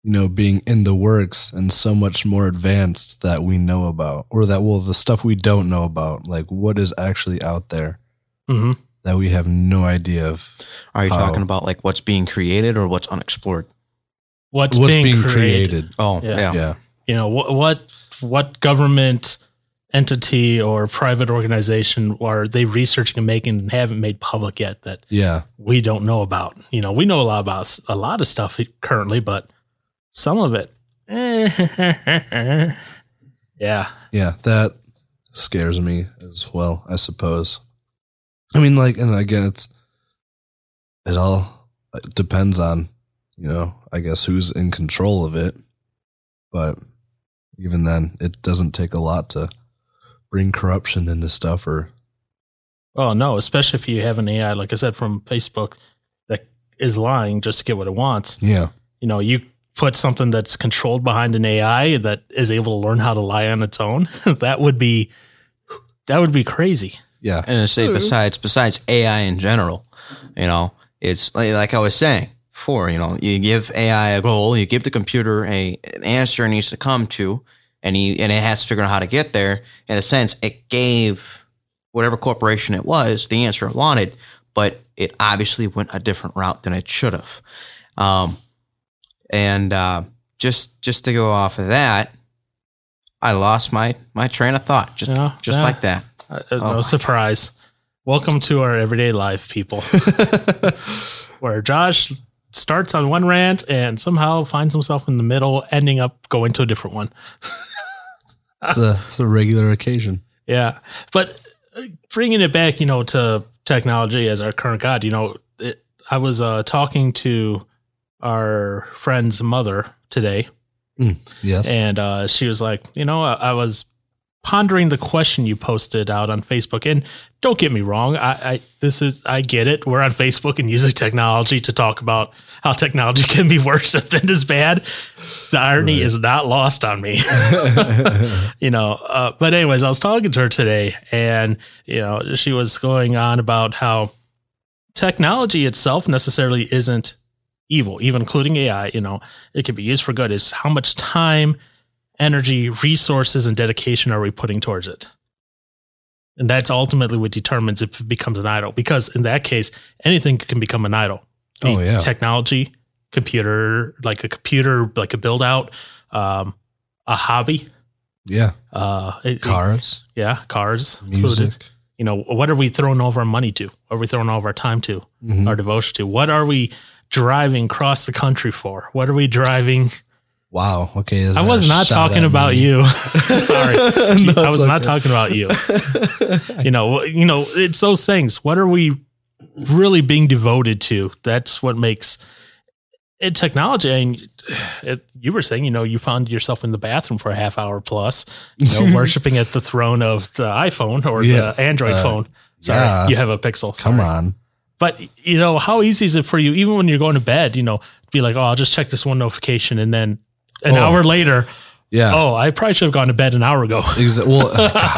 S3: you know being in the works and so much more advanced that we know about, or that well the stuff we don't know about, like what is actually out there
S1: hmm
S3: that we have no idea of.
S2: Are you
S3: Oh.
S2: talking about like what's being created or what's unexplored?
S1: What's,
S3: what's
S1: being, created?
S2: Oh,
S1: Yeah.
S2: yeah.
S3: Yeah.
S1: You know, what, what, what government entity or private organization are they researching and making and haven't made public yet that
S3: Yeah.
S1: we don't know about. You know, we know a lot about s- a lot of stuff currently, but some of it, eh, yeah,
S3: Yeah, that scares me as well, I suppose. I mean, like, and again, it's, it all uh, depends on, you know, I guess who's in control of it. But even then, it doesn't take a lot to bring corruption into stuff or,
S1: Oh no, especially if you have an AI, like I said, from Facebook that is lying just to get what it wants.
S3: yeah,
S1: You know, you put something that's controlled behind an AI that is able to learn how to lie on its own. that would be that would be crazy.
S3: yeah,
S2: And I say
S3: Hmm.
S2: besides besides AI in general, you know, it's like, like I was saying before, you know, you give AI a goal, you give the computer a an answer it needs to come to, and he and it has to figure out how to get there. In a sense, it gave whatever corporation it was the answer it wanted, but it obviously went a different route than it should have. Um, and uh, just just to go off of that, I lost my my train of thought just
S1: Yeah,
S2: just
S1: yeah.
S2: like that.
S1: Uh, uh,
S2: my
S1: no
S2: God.
S1: surprise. Welcome to our everyday life, people, where Josh starts on one rant and somehow finds himself in the middle, ending up going to a different one.
S3: it's a, it's a regular occasion.
S1: Yeah, but uh, bringing it back, you know, to technology as our current god, you know, it, I was uh, talking to our friend's mother today,
S3: Yes.
S1: Eh. and uh, she was like, you know, I, I was pondering the question you posted out on Facebook. And don't get me wrong, I, I this is I get it. We're on Facebook and using technology to talk about how technology can be worshipped and is bad. The irony is not lost on me. you know, uh, but anyways, I was talking to her today, and you know, she was going on about how technology itself necessarily isn't evil, even including AI. You know, it can be used for good. Is how much time energy, resources, and dedication are we putting towards it? And that's ultimately what determines if it becomes an idol. Because in that case, anything can become an idol. The
S3: Oh, yeah.
S1: Technology, computer, like a computer, like a build out, um, a hobby,
S3: Yeah.
S1: uh, it-
S3: Cars,
S1: yeah, cars,
S3: music.
S1: included. You know, what are we throwing all of our money to? What are we throwing all of our time to?
S3: Mhm.
S1: Our devotion to? What are we driving across the country for? What are we driving?
S3: Wow. Okay. is
S1: I
S3: that a
S1: was not
S3: shot
S1: talking
S3: at
S1: about
S3: me?
S1: you. Sorry.
S3: No,
S1: I was
S3: it's
S1: not
S3: okay.
S1: talking about you. you know, you know, it's those things. What are we really being devoted to? That's what makes it technology. And uh, it, you were saying, you know, you found yourself in the bathroom for a half hour plus, you know, worshiping at the throne of the iPhone or
S3: Yeah.
S1: the Android
S3: Uh,
S1: phone. Sorry,
S3: yeah.
S1: you have a Pixel.
S3: Come
S1: Sorry.
S3: on.
S1: But you know, how easy is it for you, even when you're going to bed, you know, be like, oh, I'll just check this one notification, and then an
S3: Oh.
S1: hour later,
S3: Yeah.
S1: oh, I probably should have gone to bed an hour ago.
S3: Exa- well,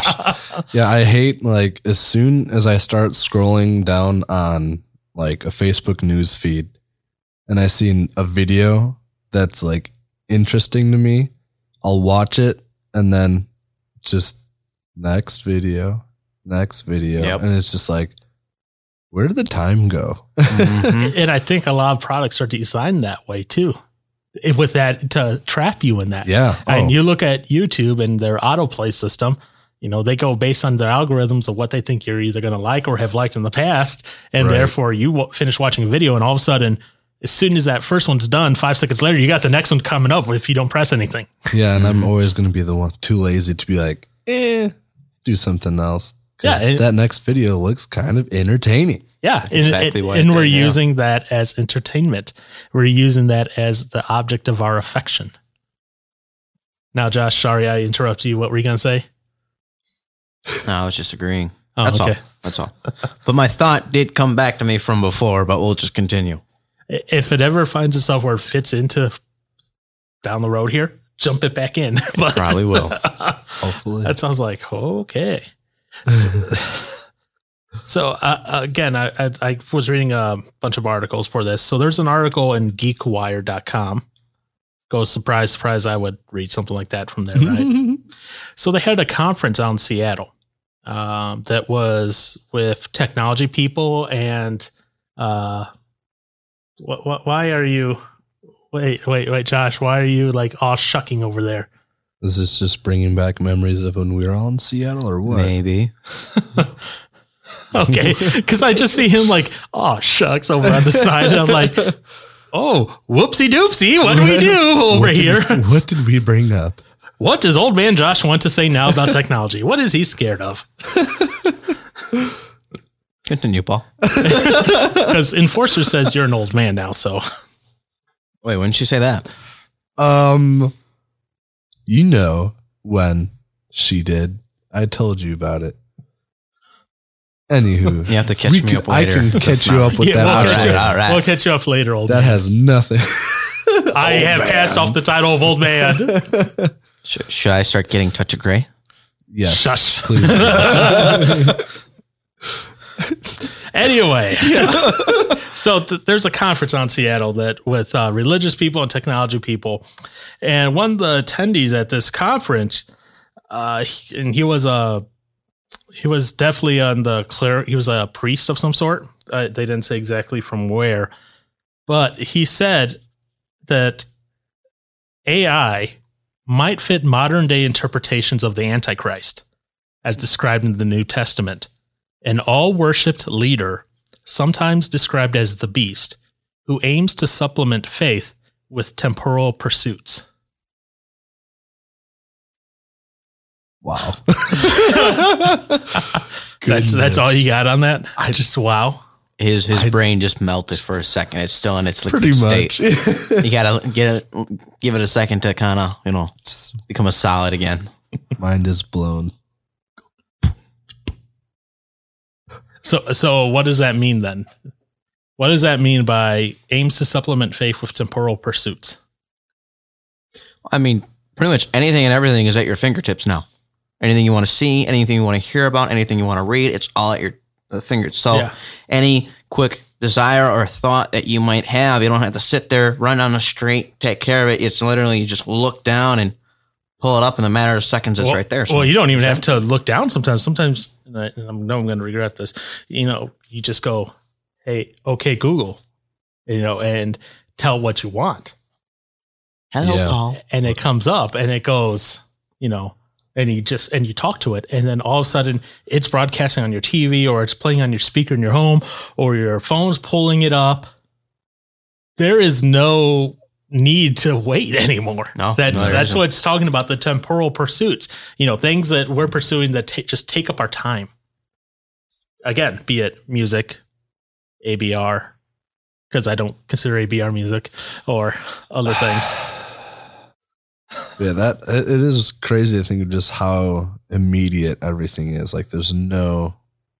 S3: gosh. yeah, I hate like as soon as I start scrolling down on like a Facebook news feed and I see a video that's like interesting to me, I'll watch it and then just next video, next video,
S2: Yep.
S3: and it's just like, where did the time go?
S1: Mm-hmm.
S2: Mhm.
S1: and I think a lot of products are designed that way too, It- with that to trap you in that.
S3: yeah, oh,
S1: And you look at YouTube and their autoplay system. You know, they go based on their algorithms of what they think you're either going to like or have liked in the past, and
S3: Right.
S1: therefore you w- finish watching a video, and all of a sudden, as soon as that first one's done, five seconds later, you got the next one coming up if you don't press anything.
S3: yeah, and
S1: Mm-hmm.
S3: I'm always gonna be the one too lazy to be like, eh, do something else. 'Cause
S1: Yeah, and-
S3: that next video looks kind of entertaining.
S1: Yeah, and,
S2: exactly
S1: and-
S2: what I
S1: and we're
S2: did, yeah.
S1: using that as entertainment. We're using that as the object of our affection. Now, Josh, sorry I interrupted you. What were you going to say?
S2: No, I was just agreeing.
S1: Oh,
S2: That's all. That's all. But my thought did come back to me from before, but we'll just continue.
S1: If it ever finds itself where it fits into down the road here, jump it back in. But
S2: Probably will.
S3: Hopefully,
S1: that sounds like okay. So, so, uh, again, I, I I was reading a bunch of articles for this. So there's an article in GeekWire.com. Go surprise, surprise! I would read something like that from there, right? so they had a conference out in Seattle um, that was with technology people and uh, what, what, why are you? Wait, wait, wait, Josh! Why are you like all shucking over there?
S3: Is this just bringing back memories of when we were all in Seattle or what?
S2: Maybe.
S1: Okay. Cause I just see him like, oh, shucks, over on the side. And I'm like, oh, whoopsie doopsie. What do we do over
S3: What did
S1: here?
S3: we- what did we bring up?
S1: What does old man Josh want to say now about technology? What is he scared of?
S2: Continue, Paul.
S1: Because Enforcer says you're an old man now. So
S2: Wait, when did you say that?
S3: Um, you know when she did. I told you about it. Anywho,
S2: You have to catch
S3: we
S2: me
S3: can-
S2: up later.
S3: I can
S2: That's
S3: catch you
S2: not-
S3: up with
S1: Yeah,
S3: that.
S1: we'll
S2: All
S1: catch
S3: after.
S1: you
S2: right, all right.
S1: we'll catch you up later, old
S3: That
S1: man.
S3: has nothing. Oh,
S1: I have passed off the title of old man.
S2: Sh- should I start getting touch of gray?
S3: yes,
S1: Shush.
S3: please.
S1: Anyway, so th- there's a conference on Seattle that with uh, religious people and technology people, and one of the attendees at this conference, uh, he- and he was a he was definitely on the clear. He was a priest of some sort. Uh, they didn't say exactly from where, but he said that AI might fit modern day interpretations of the Antichrist, as described in the New Testament an all worshipped leader, sometimes described as the beast, who aims to supplement faith with temporal pursuits.
S3: wow.
S1: That's that's
S3: Goodness.
S1: all you got on that. I just wow.
S2: His his
S3: I-
S2: brain just melted for a second. It's still in its liquid
S3: Pretty
S2: state.
S3: much.
S2: You gotta get it, give it a second to kind of you know become a solid again.
S3: Mind is blown.
S1: So, so what does that mean then? What does that mean by aims to supplement faith with temporal pursuits?
S2: I mean, pretty much anything and everything is at your fingertips now. Anything you want to see, anything you want to hear about, anything you want to read, it's all at your uh, fingers. So
S1: Yeah.
S2: any quick desire or thought that you might have, you don't have to sit there, run down the street, take care of it. It's literally you just look down and pull it up in a matter of seconds. It's
S1: well,
S2: right there. So
S1: well, you don't even have to look down sometimes. Sometimes, and I and I know I'm going to regret this, you know, you just go, hey, okay, Google, you know, and tell what you want.
S2: hello,
S3: Yeah.
S2: Paul.
S1: And it comes up and it goes, you know, and you just, and you talk to it. And then all of a sudden it's broadcasting on your TV or it's playing on your speaker in your home or your phone's pulling it up. There is no need to wait anymore.
S2: No,
S1: that
S2: no, there
S1: that's
S2: isn't.
S1: what it's talking about the temporal pursuits. You know, things that we're pursuing that ta just take up our time. Again, be it music, ABR, because I don't consider ABR music or other things.
S3: Yeah, that it it is crazy to think of just how immediate everything is. Like there's no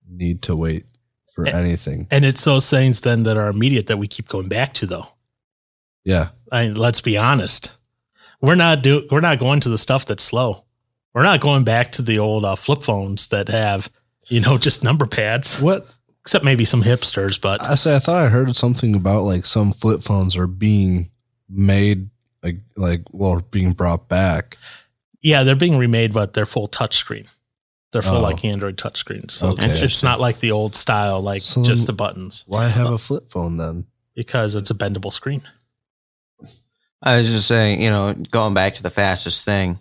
S3: need to wait for
S1: Eh.
S3: anything.
S1: And it's those things then that are immediate that we keep going back to though.
S3: Yeah.
S1: I mean, let's be honest. We're not do we're not going to the stuff that's slow. We're not going back to the old uh, flip phones that have, you know, just number pads,
S3: What
S1: except maybe some hipsters, but
S3: I say I thought I heard something about like some flip phones are being made like like well being brought back.
S1: Yeah, they're being remade, but they're full touchscreen. They're full
S3: Oh.
S1: like Android touchscreen. So
S3: Okay.
S1: it's, it's not like the old style, like
S3: So
S1: just
S3: then-
S1: the buttons,
S3: Why have a flip phone then?
S1: because it's a bendable screen.
S2: I was just saying, you know, going back to the fastest thing,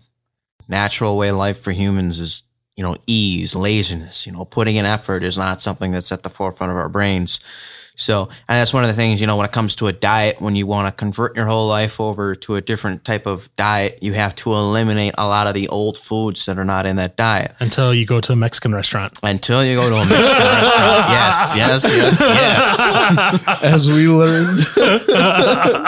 S2: natural way of life for humans is, you know, ease, laziness. You know, putting in effort is not something that's at the forefront of our brains. So, and that's one of the things, you know, when it comes to a diet, when you want to convert your whole life over to a different type of diet, you have to eliminate a lot of the old foods that are not in that diet
S1: Until you go to a Mexican restaurant.
S2: until you go to a Mexican restaurant. Yes, yes, yes, yes.
S3: As we learned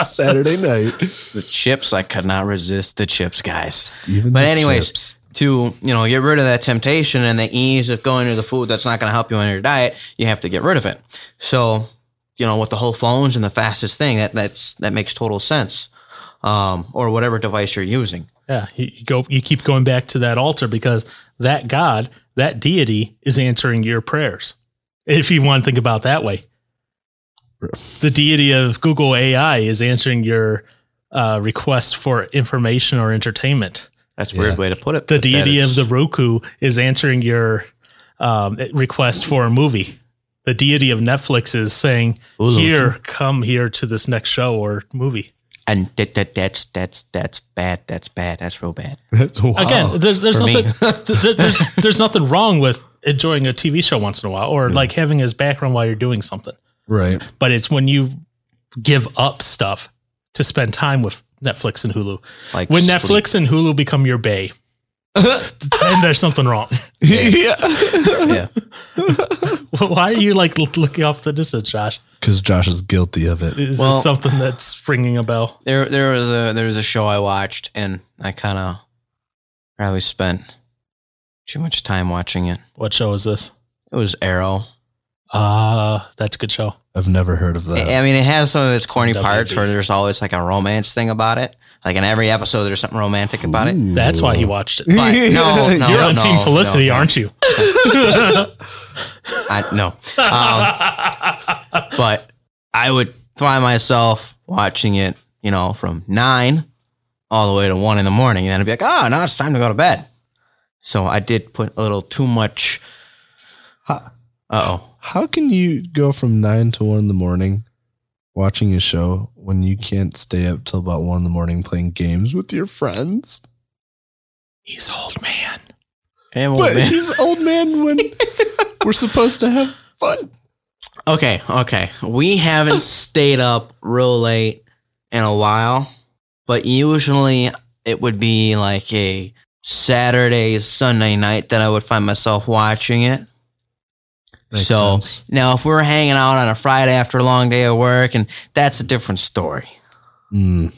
S3: Saturday night.
S2: The chips, I could not resist the chips, guys.
S3: Even
S2: But
S3: the
S2: anyways,
S3: chips.
S2: to you know get rid of that temptation and the ease of going to the food that's not going to help you on your diet, you have to get rid of it. So, you know, with the whole phones and the fastest thing, that that's that makes total sense. Um, or whatever device you're using.
S1: Yeah, you you go. You keep going back to that altar because that God, that deity, is answering your prayers. If you want to think about that way, the deity of Google AI is answering your uh, request for information or entertainment.
S2: That's a weird
S3: Yeah.
S2: way to put it.
S1: the
S2: but that
S1: deity of
S2: is-
S1: the Roku is answering your um, request for a movie. The deity of Netflix is saying,
S2: Hulu.
S1: "Here, come here to this next show or movie."
S2: and that, that that's that's that's bad. That's bad. That's real bad.
S3: Wow.
S1: Again, there's there's
S2: Oh, for me.
S1: nothing th- th- there's, there's nothing wrong with enjoying a TV show once in a while or
S2: Mm.
S1: like having as background while you're doing something.
S3: right.
S1: But it's when you give up stuff to spend time with Netflix and Hulu.
S2: Like
S1: When
S2: sleep.
S1: Netflix and Hulu become your bay, then there's something wrong.
S2: Yeah.
S1: Why are you like l- looking off the distance, Josh?
S3: Because Josh is guilty of it.
S1: Is
S2: Well-
S1: this something that's ringing a bell?
S2: There there was a there was a show I watched and I kind of probably spent too much time watching it.
S1: What show is this?
S2: It was Arrow.
S1: Ah, that's a good show.
S3: I've never heard of that.
S2: I I mean, it has some of its corny
S1: WB.
S2: parts where there's always like a romance thing about it. Like in every episode, there's something romantic about it.
S1: That's why he watched it.
S2: But no, no,
S1: You're on
S2: no,
S1: Team
S2: no,
S1: Felicity,
S2: no.
S1: aren't you?
S2: I, no. Um, but I would find myself watching it, you know, from nine all the way to one in the morning. And then I'd be like, oh, now it's time to go to bed. So I did put a little too much. Uh oh.
S3: How can you go from nine to one in the morning watching a show when you can't stay up till about one in the morning playing games with your friends?
S1: He's old man.
S3: But he's old man when we're supposed to have fun.
S2: Okay, okay. We haven't stayed up real late in a while, but usually it would be like a Saturday, Sunday night that I would find myself watching it. so now, if we're hanging out on a Friday after a long day of work, and that's a different story.
S3: Mm.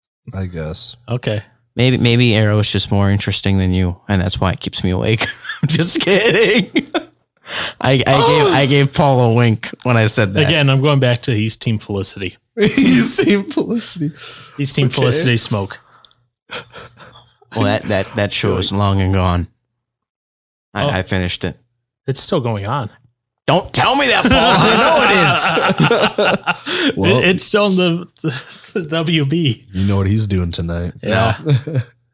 S3: hmm. I guess.
S1: Okay.
S2: Maybe maybe Arrow is just more interesting than you, and that's why it keeps me awake. I'm just kidding. I, I gave I gave Paul a wink when I said that.
S1: Again, I'm going back to he's Team Felicity.
S7: you see Felicity.
S1: He's Team Felicity Smoke.
S2: Well, that that that show is long and gone. I,
S1: Oh.
S2: I finished it.
S1: It's still going on.
S2: Don't tell me that, Paul. I know it is.
S1: It-
S7: Well-
S1: it's still in the, the, WB.
S3: You know what he's doing tonight.
S1: Yeah.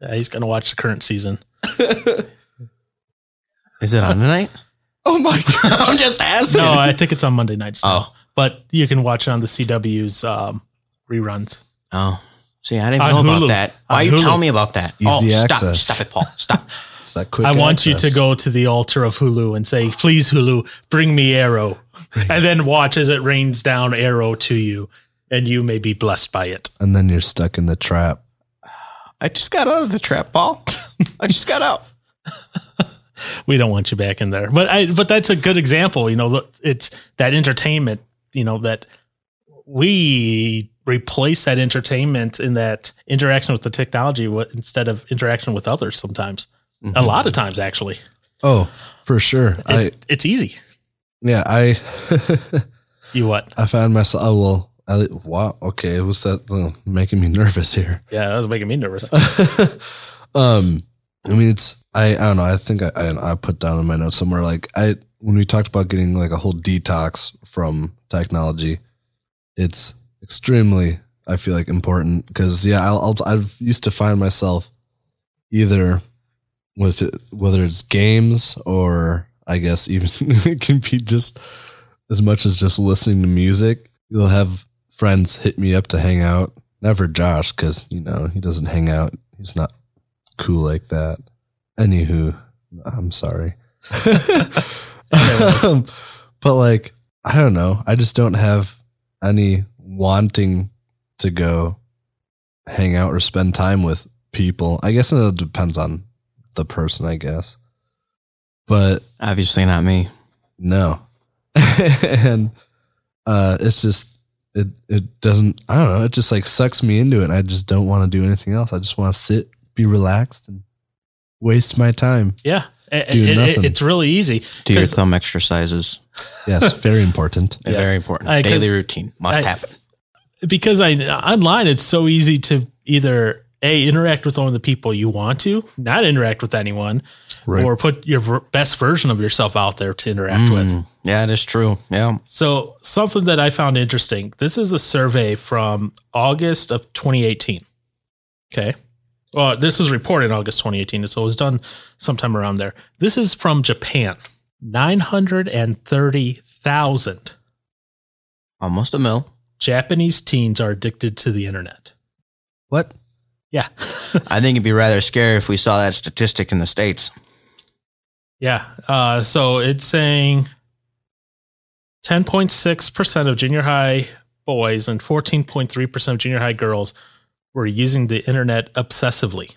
S1: Yeah, he's gonna watch the current season.
S2: Is it on tonight?
S7: Oh my god.
S2: I'm just asking.
S1: No, I think it's on Monday nights. Now,
S2: Oh.
S1: but you can watch it on the CW's um, reruns.
S2: Oh, see, I didn't
S1: On
S2: know
S1: Hulu.
S2: about that. Why
S1: On
S2: you
S1: Hulu.
S2: tell me about that?
S3: Easy
S2: oh,
S3: access.
S2: stop, stop it, Paul. Stop.
S3: It's that quick.
S1: I want you
S3: access.
S1: to go to the altar of Hulu and say, "Please, Hulu, bring me Arrow," and then watch as it rains down Arrow to you, and you may be blessed by it.
S3: and then you're stuck in the trap.
S2: I just got out of the trap, Paul. I just got out.
S1: we don't want you back in there. But I, but that's a good example. You know, look, it's that entertainment. You know that we replace that entertainment in that interaction with the technology wa- instead of interaction with others. Sometimes, a lot of times, actually,
S3: Oh, for sure. Mm-hmm. I
S1: It- it's easy.
S3: yeah, I
S1: You what?
S3: I found myself oh well I, wow, okay, what's that oh, making me nervous here?
S1: Yeah, that was making me nervous.
S3: Uh, um, I mean, it's I I don't know. I think I, I I put down in my notes somewhere like I when we talked about getting like a whole detox from technology, it's extremely I feel like important because yeah, I'll, I'll I've used to find myself either with it, whether it's games or I guess even it can be just as much as just listening to music. You'll have friends hit me up to hang out. Never Josh because you know he doesn't hang out. He's not cool like that. Anywho, I'm sorry. um, but like, I don't know. I just don't have any wanting to go hang out or spend time with people. I guess it depends on the person, I guess. But
S2: Obviously not me.
S3: no. and uh it's just it it doesn't I don't know, it just like sucks me into it and I just don't want to do anything else. I just want to sit, be relaxed and waste my time.
S1: yeah. It-
S3: Dude,
S1: it- it-
S3: nothing.
S1: it's really easy.
S2: Do your
S1: 'Cause-
S2: thumb exercises.
S3: Yes, very important.
S2: They're
S1: Yes.
S2: Very important.
S1: I- 'cause
S2: Daily routine must
S1: I-
S2: happen.
S1: because I online it's so easy to either a interact with only the people you want to, not interact with anyone,
S3: Right.
S1: or put your ver- best version of yourself out there to interact with.
S2: Mm. Yeah, it is true. Yeah.
S1: So something that I found interesting. This is a survey from August of 2018. Okay. Well, this was reported in August 2018, so it was done sometime around there. This is from Japan. 930,000
S2: Almost a mil.
S1: Japanese teens are addicted to the internet.
S3: What?
S1: Yeah.
S2: I think it'd be rather scary if we saw that statistic in the States.
S1: Yeah. Uh, so it's saying 10.6% of junior high boys and 14.3% of junior high girls were using the internet obsessively.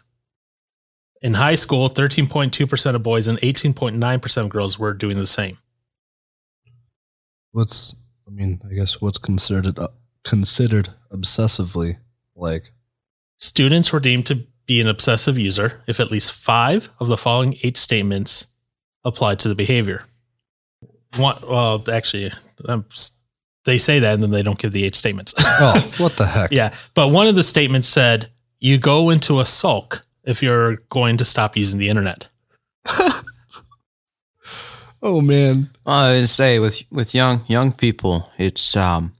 S1: In high school, 13.2% of boys and 18.9% of girls were doing the same.
S3: What's I mean, I guess what's considered uh, considered obsessively like
S1: Students were deemed to be an obsessive user if at least five of the following eight statements applied to the behavior. One, well, actually, um, s- they say that and then they don't give the eight statements.
S3: oh, what the heck?
S1: Yeah. But one of the statements said, you go into a sulk if you're going to stop using the internet.
S3: Oh man.
S2: I would say with with young young people, it's um,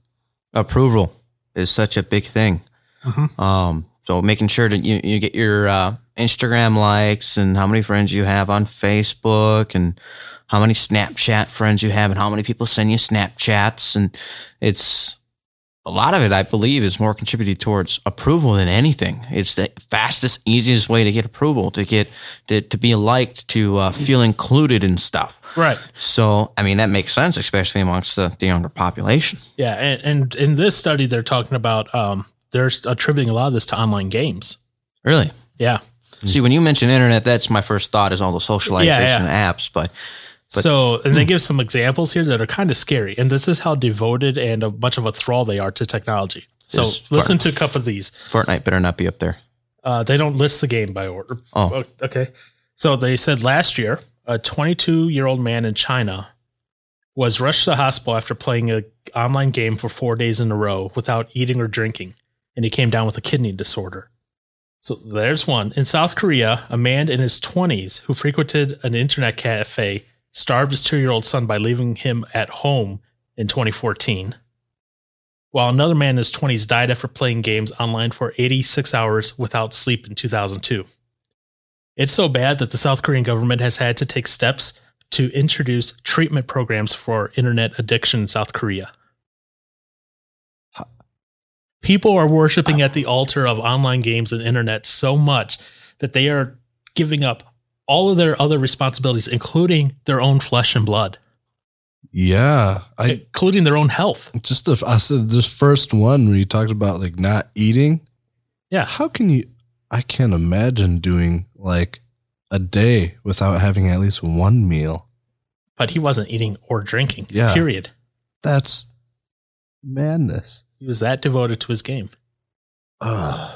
S2: approval is such a big thing.
S1: Mhm.
S2: Um, so making sure that you, you get your uh, Instagram likes and how many friends you have on Facebook and how many Snapchat friends you have and how many people send you Snapchats and it's a lot of it. I believe is more contributed towards approval than anything. It's the fastest, easiest way to get approval, to get to, to be liked, to uh, feel included in stuff.
S1: Right.
S2: So, I mean, that makes sense, especially amongst the, the younger population.
S1: Yeah. And, and in this study, they're talking about, um, they're attributing a lot of this to online games.
S2: Really?
S1: Yeah.
S2: See, when you mention internet, that's my first thought is all the socialization
S1: Yeah,
S2: apps. But But- hmm.
S1: so, and they give some examples here that are kind of scary. And this is how devoted and a much of a thrall they are to technology. So
S2: It's
S1: listen
S2: far-
S1: to a couple of these.
S2: Fortnite better not be up there.
S1: Uh, they don't list the game by order.
S2: Oh.
S1: okay. So they said last year, a 22 year old man in China was rushed to the hospital after playing a online game for four days in a row without eating or drinking, and he came down with a kidney disorder. So there's one. In South Korea, a man in his 20s who frequented an internet cafe starved his two year old son by leaving him at home in 2014 while another man in his 20s died after playing games online for 86 hours without sleep in 2002. It's so bad that the South Korean government has had to take steps to introduce treatment programs for internet addiction in South Korea. People are worshiping at the altar of online games and internet so much that they are giving up all of their other responsibilities, including their own flesh and blood,
S3: Yeah, I
S1: including their own health.
S3: just the I said this first one where you talked about like not eating.
S1: Yeah.
S3: how can you? I can't imagine doing like a day without having at least one meal.
S1: But he wasn't eating or drinking,
S3: Yeah.
S1: period.
S3: That's madness.
S1: He was that devoted to his game.
S3: Ugh.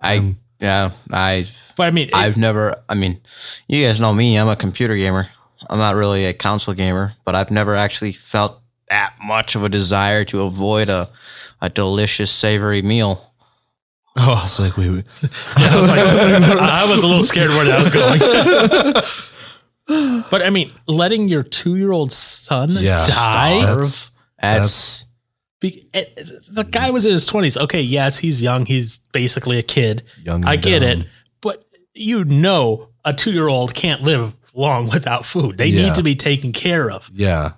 S2: I yeah, I
S1: But I mean, Um, it-
S2: I've never. I mean, you guys know me. I'm a computer gamer. I'm not really a console gamer, but I've never actually felt that much of a desire to avoid a a delicious, savory meal.
S3: Oh, it's like wait, wait.
S1: I, was like, I I was a little scared where that was going. but I mean, letting your two-year-old son
S3: Yeah. Ah,
S1: die.
S3: That's-
S2: That's,
S1: Be, it- it- the guy was in his twenties. Okay, yes, he's young. He's basically a kid.
S3: Young
S1: I
S3: and
S1: get
S3: dumb.
S1: it. But you know, a two-year-old can't live long without food. They
S3: Yeah.
S1: need to be taken care of.
S3: yeah.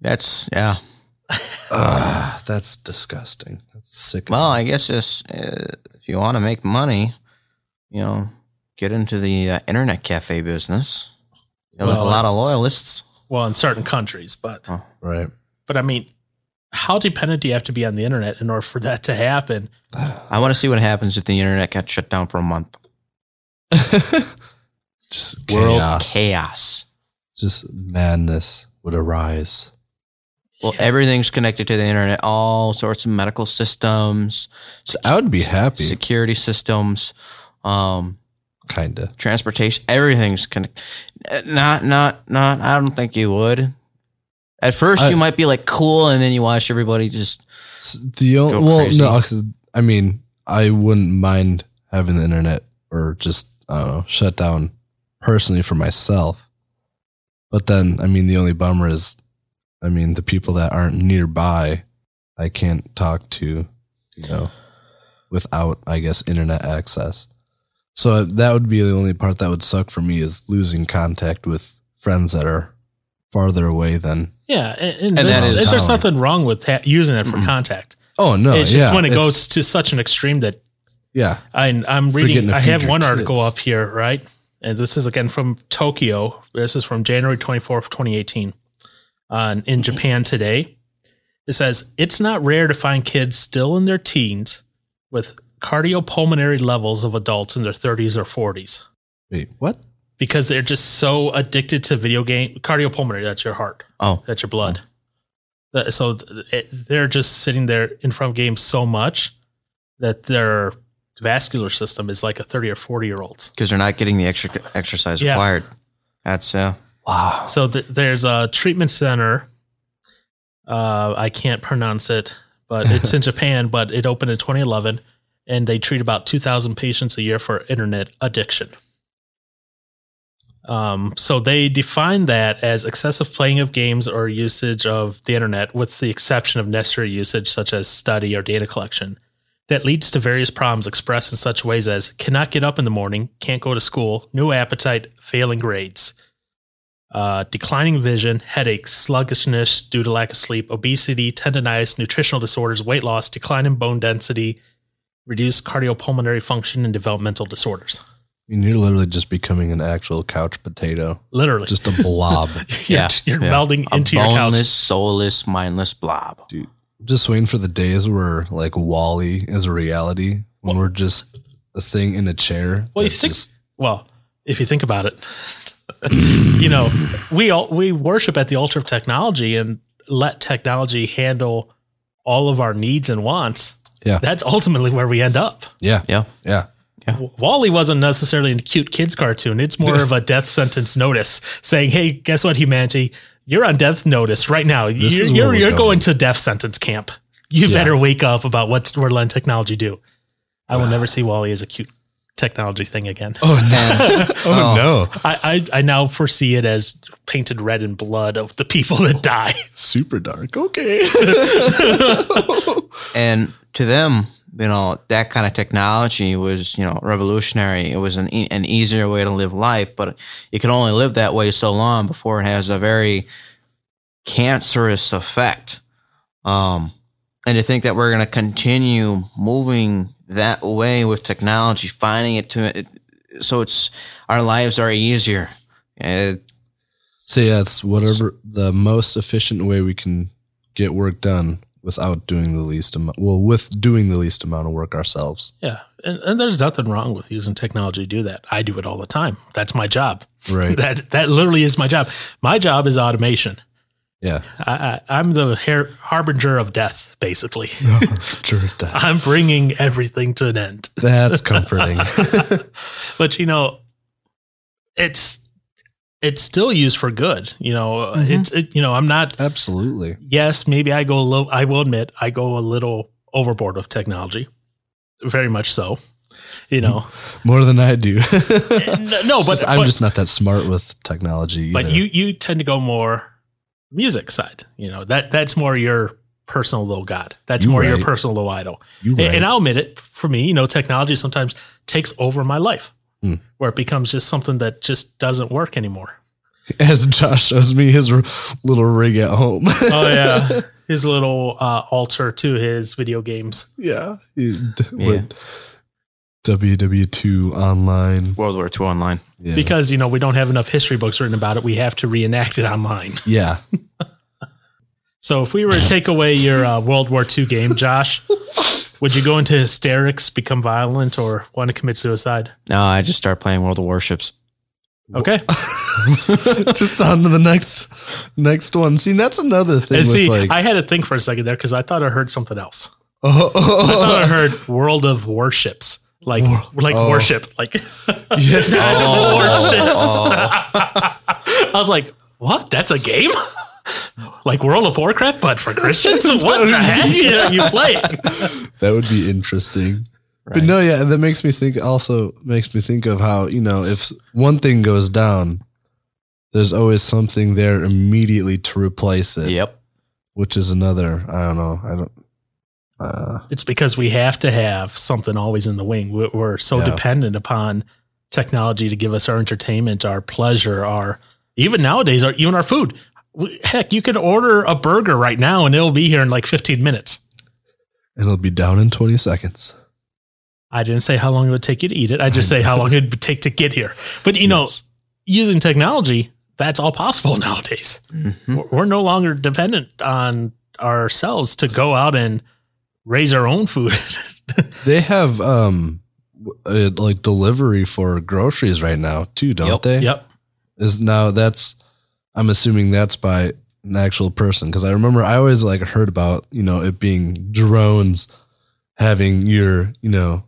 S2: that's yeah.
S3: Ugh, that's disgusting. That's sick.
S2: Well, I guess just uh, if you want to make money, you know, get into the uh, internet cafe business. You know, with a
S1: Well,
S2: lot of loyalists.
S1: Well, in certain countries, but
S3: right.
S1: but I mean, how dependent do you have to be on the internet in order for that to happen?
S2: I want to see what happens if the internet got shut down for a month.
S3: Just
S2: World
S3: chaos.
S2: chaos.
S3: Just madness would arise.
S2: Well, everything's connected to the internet. All sorts of medical systems,
S3: I would be happy,
S2: security systems, um,
S3: kinda.
S2: transportation. Everything's connected. Not, not, not. I don't think you would. At first,
S3: I-
S2: you might be like cool, and then you watch everybody just.
S3: S- The only
S2: Go
S3: well,
S2: crazy.
S3: no, 'cause, I mean, I wouldn't mind having the internet or just I don't know, shut down personally for myself. But then, I mean, the only bummer is, I mean, the people that aren't nearby, I can't talk to, you know, without I guess internet access. So uh, that would be the only part that would suck for me is losing contact with friends that are farther away than.
S1: Yeah, and, and
S2: And
S1: there's,
S2: that is
S1: there's
S3: valid.
S1: nothing wrong with ha- using it for contact.
S3: Oh no!
S1: it's just
S3: yeah,
S1: when it
S3: it's-
S1: goes to such an extreme that
S3: yeah,
S1: I, I'm
S3: For
S1: reading.
S3: getting to
S1: I
S3: feed
S1: have
S3: your
S1: one article
S3: kids.
S1: up here, right? And this is again from Tokyo. This is from January 24th, 2018, on
S3: Mm-hmm.
S1: in Japan today. It says it's not rare to find kids still in their teens with cardiopulmonary levels of adults in their 30s or 40s
S3: Wait, what?
S1: because they're just so addicted to video game cardiopulmonary. That's your heart.
S2: Oh,
S1: that's your blood. That- So th- it, they're just sitting there in front of games so much that their vascular system is like a 30 or 40 year old's.
S2: because they're not getting the extra exercise
S1: Yeah.
S2: required. That's uh,
S3: Wow.
S1: So th- there's a treatment center. Uh, I can't pronounce it, but it's in Japan, but it opened in 2011 and they treat about 2,000 patients a year for internet addiction. Um, so they define that as excessive playing of games or usage of the internet, with the exception of necessary usage such as study or data collection, that leads to various problems expressed in such ways as cannot get up in the morning, can't go to school, no appetite, failing grades, uh, declining vision, headaches, sluggishness due to lack of sleep, obesity, tendonitis, nutritional disorders, weight loss, decline in bone density, reduced cardiopulmonary function, and developmental disorders.
S3: I mean, you're literally just becoming an actual couch potato,
S1: Literally,
S3: just a blob.
S1: you're,
S2: yeah,
S1: you're
S2: yeah.
S1: melding
S2: a
S1: into your
S2: boneless,
S1: couch.
S2: soulless, mindless blob.
S3: just waiting for the days where like Wally is a reality when we're just a thing in a chair.
S1: Well, you
S3: that's
S1: think-
S3: just-
S1: Well, if you think about it, you know, we all we worship at the altar of technology and let technology handle all of our needs and wants.
S3: Yeah.
S1: That's ultimately where we end up.
S3: Yeah.
S2: Yeah.
S3: Yeah.
S1: Wally wasn't necessarily a cute kids cartoon. It's more of a death sentence notice saying, "Hey, guess what, humanity? You're on death notice right now.
S3: This
S1: You're
S3: is where
S1: you're,
S3: we're
S1: you're going
S3: going.
S1: to death sentence camp. You
S3: Yeah.
S1: better wake up about what's we're letting technology do." I will never see Wally as a cute technology thing again.
S3: Oh, no. oh, no.
S1: I, I I now foresee it as painted red in blood of the people that die.
S3: Super dark. Okay.
S2: And to them, you know, that kind of technology was, you know, revolutionary. It was an, e- an easier way to live life, but you can only live that way so long before it has a very cancerous effect. Um, and to think that we're going to continue moving that way with technology, finding it to it, so it's our lives are easier. Uh,
S3: So yeah, it's whatever the most efficient way we can get work done without doing the least amount. Well, with doing the least amount of work ourselves,
S1: Yeah, and, and there's nothing wrong with using technology to do that. I do it all the time. That's my job.
S3: right?
S1: That that literally is my job. My job is automation.
S3: yeah,
S1: I, I, I'm the har- harbinger of death, basically.
S3: Sure, that-
S1: I'm bringing everything to an end.
S3: that's comforting.
S1: But you know, it's it's still used for good. You know, it's it, you know, I'm not.
S3: Absolutely.
S1: Yes, maybe I go a little. I will admit, I go a little overboard with technology, very much so. You know,
S3: More than I do.
S1: no, no, but
S3: It's just- I'm
S1: but-
S3: just not that smart with technology either.
S1: but you you tend to go more music side. You know that that's more your personal little god. That's
S3: You
S1: more your
S3: right.
S1: personal little idol.
S3: You
S1: And-
S3: right.
S1: And I'll admit it. For me, you know, technology sometimes takes over my life,
S3: Hmm.
S1: where it becomes just something that just doesn't work anymore.
S3: As Josh shows me his r- little rig at home.
S1: Oh yeah, his little uh, altar to his video games.
S3: yeah. He d- With WW2 online.
S2: World War II online.
S3: Yeah.
S1: Because you know we don't have enough history books written about it, we have to reenact it online.
S3: yeah.
S1: So if we were to take away your uh, World War II game, Josh, would you go into hysterics, become violent, or want to commit suicide?
S2: No, I just start playing World of Warships.
S1: Okay.
S3: just on to the next next one. See, that's another thing.
S1: And
S3: with
S1: see,
S3: like,
S1: I had to think for a second there because I thought I heard something else.
S3: Oh, oh,
S1: I thought I
S3: oh,
S1: heard World of Warships. Like like
S3: oh.
S1: worship. Like
S3: oh. Oh. yeah.
S1: warships. I was like, what? That's a game? like World of Warcraft, but for Christians? what the heck you know, you play?
S3: that would be interesting. But no, yeah, that makes me think. Also, makes me think of how you know if one thing goes down, there's always something there immediately to replace it.
S2: Yep.
S3: which is another. I don't know. I don't. Uh,
S1: It's because we have to have something always in the wing. We're, we're so
S3: Yeah.
S1: dependent upon technology to give us our entertainment, our pleasure, our even nowadays, our even our food. We- Heck, you could order a burger right now and it'll be here in like 15 minutes.
S3: and it'll be down in 20 seconds.
S1: I didn't say how long it would take you to eat it. I just say how long it would take to get here. But you
S3: Yes.
S1: know, using technology, that's all possible nowadays.
S2: Mm-hmm. Mm.
S1: We're- We're no longer dependent on ourselves to go out and raise our own food.
S3: They have um w- uh, like delivery for groceries right now too, don't
S2: Yep.
S3: they?
S1: yep.
S3: is now that's I'm assuming that's by an actual person because I remember I always like heard about you know it being drones having your you know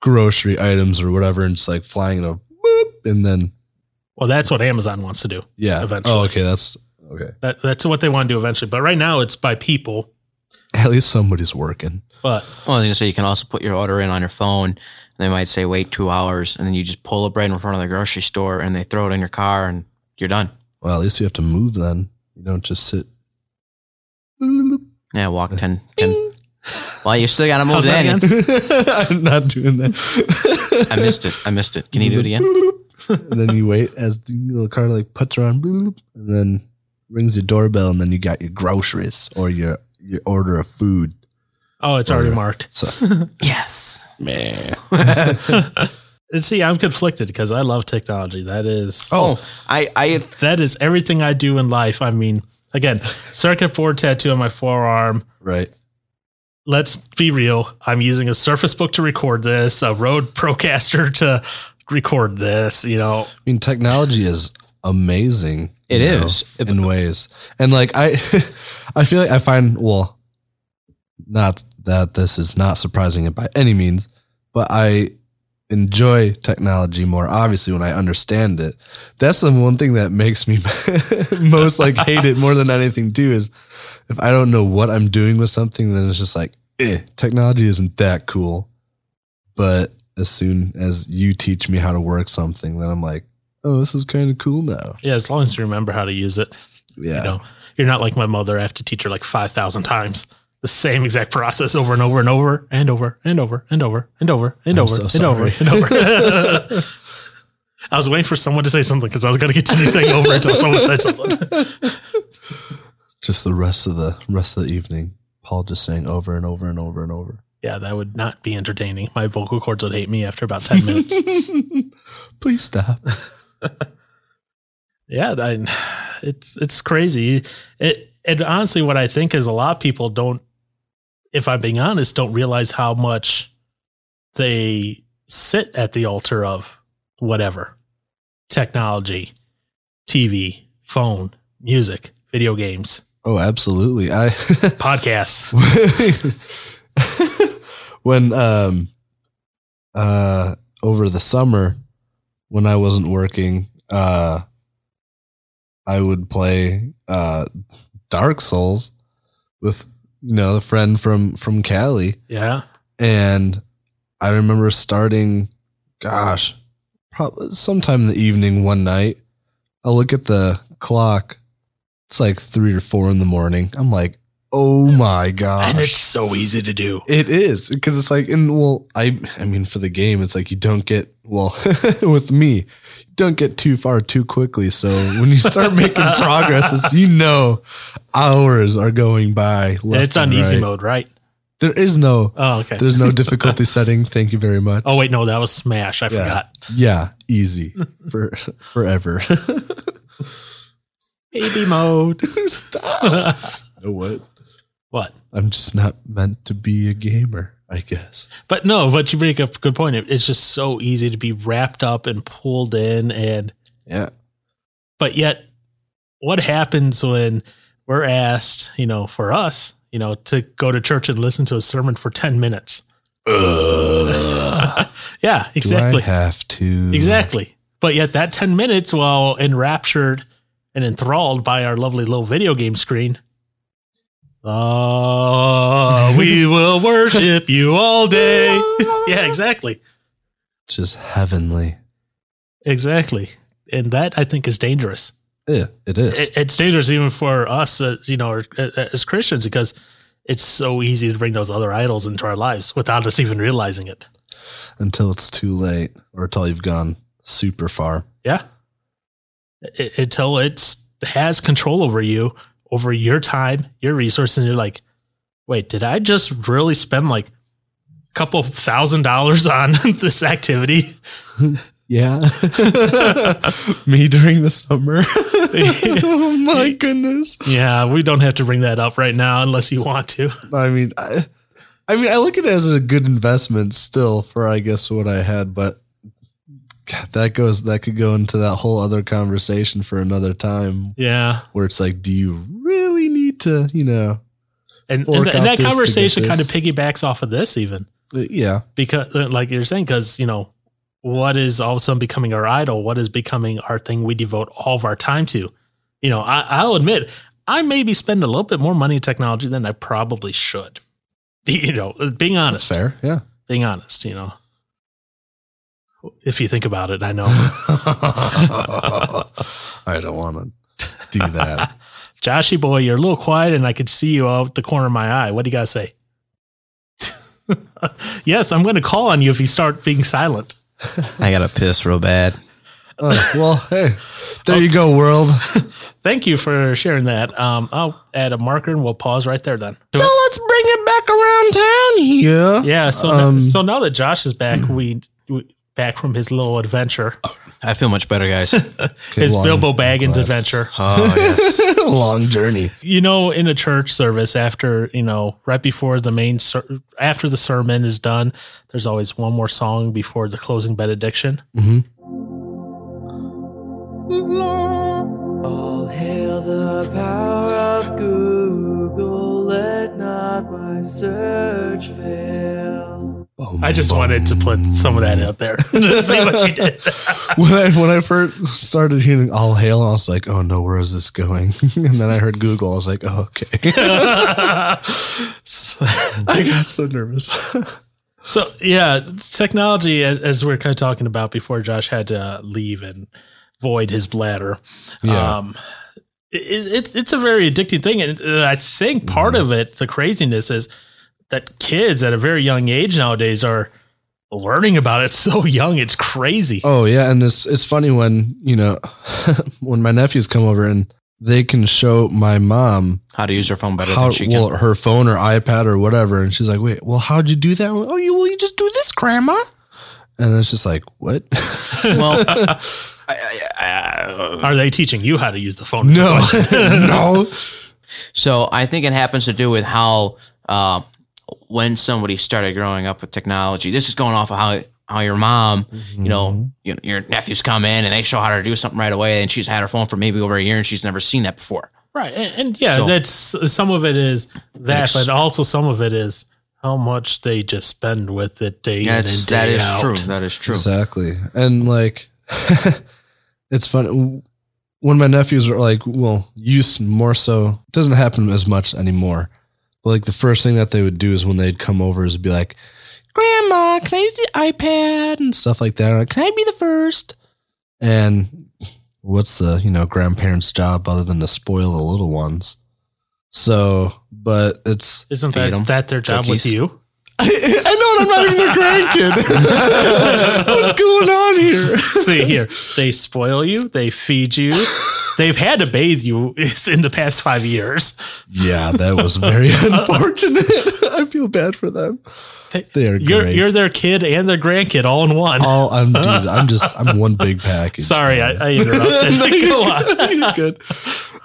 S3: grocery items or whatever and just like flying in a boop and then
S1: Well, that's what Amazon wants to do.
S3: yeah
S1: Eventually.
S3: oh okay that's okay
S1: That, that's what they want to do eventually. But right now, it's by people.
S3: at least somebody's working
S1: But
S2: Well, I was gonna say you can also put your order in on your phone. They might say wait two hours, and then you just pull up right in front of the grocery store, and they throw it in your car, and you're done.
S3: well at least you have to move then you don't just sit
S2: Yeah, walk 10, 10. Well, you still gotta move
S1: How's that
S2: that. in.
S1: again?
S3: I'm not doing that
S2: I missed it. I missed it. Can you do it again?
S3: and then you wait as the little car like puts around, bloop, and then rings your doorbell, and then you got your groceries or your your order of food.
S1: oh, it's already marked.
S3: So
S2: Yes.
S1: And see, I'm conflicted because I love technology. That is
S2: Oh, I, I,
S1: that is everything I do in life. I mean, again, circuit board tattoo on my forearm.
S3: right,
S1: let's be real. I'm using a Surface Book to record this, a Rode Procaster to record this. You know,
S3: I mean technology is amazing.
S2: It
S3: It is
S2: is.
S3: in ways, and like I, I feel like I find well, not that this is not surprising by any means, but I enjoy technology more obviously when I understand it. That's the one thing that makes me most like hate it more than anything too is if I don't know what I'm doing with something, then it's just like, eh, technology isn't that cool. But as soon as you teach me how to work something, then I'm like, oh, this is kind of cool now.
S1: Yeah, as long as you remember how to use it.
S3: Yeah.
S1: You know, you're not like my mother. I have to teach her like 5,000 times the same exact process over and over and over and over and over and over and over and
S3: I'm
S1: over
S3: so
S1: and over
S3: sorry.
S1: and over. I was waiting for someone to say something because I was going to continue saying over until someone said something.
S3: Just the rest of the rest of the evening, Paul just saying over and over and over and over.
S1: Yeah, that would not be entertaining. My vocal cords would hate me after about 10 minutes.
S3: Please stop.
S1: Yeah, I, it's it's crazy. It and honestly, what I think is a lot of people don't, if I'm being honest, don't realize how much they sit at the altar of whatever technology, TV, phone, music, video games,
S3: Oh, absolutely. I
S1: podcasts.
S3: when um uh over the summer when I wasn't working, uh I would play uh Dark Souls with you know the friend from from Cali
S1: Yeah,
S3: and I remember starting gosh probably sometime in the evening one night I look at the clock it's like 3 or 4 in the morning I'm like oh my gosh
S1: and it's so easy to do.
S3: it is because it's like, and well, I, I mean, for the game, it's like you don't get well with me, you don't get too far too quickly. So when you start making progress, it's, you know, hours are going by.
S1: And
S3: left
S1: it's on
S3: and
S1: easy
S3: right.
S1: mode, right?
S3: There is no,
S1: Oh, okay.
S3: there's no difficulty setting. Thank you very much.
S1: oh wait, no, that was Smash. I
S3: Yeah.
S1: forgot.
S3: yeah, easy for forever.
S1: Baby mode.
S3: Stop. You know what?
S1: what?
S3: I'm just not meant to be a gamer. I guess.
S1: But no, but you make a good point. It- It's just so easy to be wrapped up and pulled in, and
S3: Yeah.
S1: but yet, what happens when we're asked, you know, for us, you know, to go to church and listen to a sermon for ten minutes? yeah, exactly,
S3: Do I have to?
S1: exactly. But yet, that ten minutes, while enraptured and enthralled by our lovely little video game screen. Oh, we will worship you all day. yeah, exactly.
S3: Just heavenly.
S1: Exactly. And that I think is dangerous.
S3: Yeah, it is.
S1: It, it's dangerous even for us, uh, you know, or, uh, as Christians, because it's so easy to bring those other idols into our lives without us even realizing it.
S3: until it's too late or until you've gone super far.
S1: Yeah. I- until it's has control over you, over your time, your resources, and you're like, wait, did I just really spend like a couple thousand dollars on this activity?
S3: Yeah. Me during the summer. oh my goodness.
S1: yeah, we don't have to bring that up right now unless you want to.
S3: I mean, I, I mean, I look at it as a good investment still for I guess what I had, but God, that goes that could go into that whole other conversation for another time
S1: Yeah.
S3: where it's like, do you really need to, you know,
S1: and, and,
S3: Fork
S1: th- and that
S3: out this to get
S1: conversation kind of
S3: this.
S1: piggybacks off of this even
S3: yeah,
S1: because uh, like you're saying because you know what is all of a sudden becoming our idol what is becoming our thing we devote all of our time to you know I, i'll admit i maybe spend a little bit more money in technology than i probably should you know being honest
S3: that's fair. Yeah.
S1: being honest you know if you think about it i know
S3: I don't want to do that.
S1: joshy boy you're a little quiet and i could see you out the corner of my eye what do you got to say yes i'm going to call on you if you start being silent
S2: I got to piss real bad.
S3: Oh, well, hey, there you go, world.
S1: Thank you for sharing that. Um, I'll add a marker and we'll pause right there then.
S3: let's bring it back around town here.
S1: Yeah. So
S3: Um,
S1: so now that Josh is back, we, we back from his little adventure,
S2: I feel much better, guys.
S1: his
S3: long-
S1: Bilbo Baggins adventure.
S2: Oh, yes.
S3: Long journey.
S1: You know, in a church service, after you know, right before the main ser- after the sermon is done, there's always one more song before the closing benediction.
S5: All hail the power of Google. let not my search fail.
S3: Boom,
S1: I just
S3: boom.
S1: wanted to put some of that out there to see what you did.
S3: when I when I first started hearing "All Hail," I was like, "Oh no, where is this going?" and then I heard Google. I was like, "Oh okay."
S1: so,
S3: I got so nervous.
S1: so, yeah, technology, as, as we are kind of talking about before Josh had to leave and void his bladder.
S3: Yeah.
S1: Um, it, it, it's a very addicting thing. And uh, I think part
S3: Mm-hmm.
S1: of it, the craziness is that kids at a very young age nowadays are learning about it so young. It's crazy.
S3: Oh yeah, and it's it's funny when you know when my nephews come over and they can show my mom
S2: How to use your phone better
S3: how
S2: than she can.
S3: well her phone or iPad or whatever, and she's like, "Wait, well, how'd you do that?" I'm like, oh, you well, you just do this, Grandma. And it's just like, what?
S2: well,
S1: Are they teaching you how to use the phone?
S3: Uh, no, no.
S2: So I think it happens to do with how uh, when somebody started growing up with technology. This is going off of how how your mom, you know, you, your nephews come in and they show how to do something right away, and she's had her phone for maybe over a year and she's never seen that before.
S1: Right. And, and yeah,
S2: So-
S1: that's some of it is that,
S2: Ex-
S1: but also some of it is how much they just spend with it day in
S2: That's
S1: and day
S2: that is
S1: out.
S2: true. That is true.
S3: Exactly. And like, it's fun. When my nephews are like, well, use more so it doesn't happen as much anymore. But like the first thing that they would do is when they'd come over is be like, Grandma, can I use the iPad and stuff like that? Or like, can I be the first? And what's the, you know, grandparents' job other than to spoil the little ones? So, but it's,
S1: Isn't
S2: Feed 'em
S1: that, that their job
S2: cookies.
S1: with you?
S3: I, I know, and I'm not even their grandkid. what's going on here?
S1: See here, they spoil you, they feed you, they've had to bathe you in the past five years.
S3: Yeah, that was very unfortunate. I feel bad for them. They are
S1: You're
S3: great.
S1: you're their kid and their grandkid all in one.
S3: all I'm, dude. I'm just, I'm one big package.
S1: Sorry, I, I interrupted.
S3: No,
S1: Go
S3: you're
S1: on.
S3: good. You're good.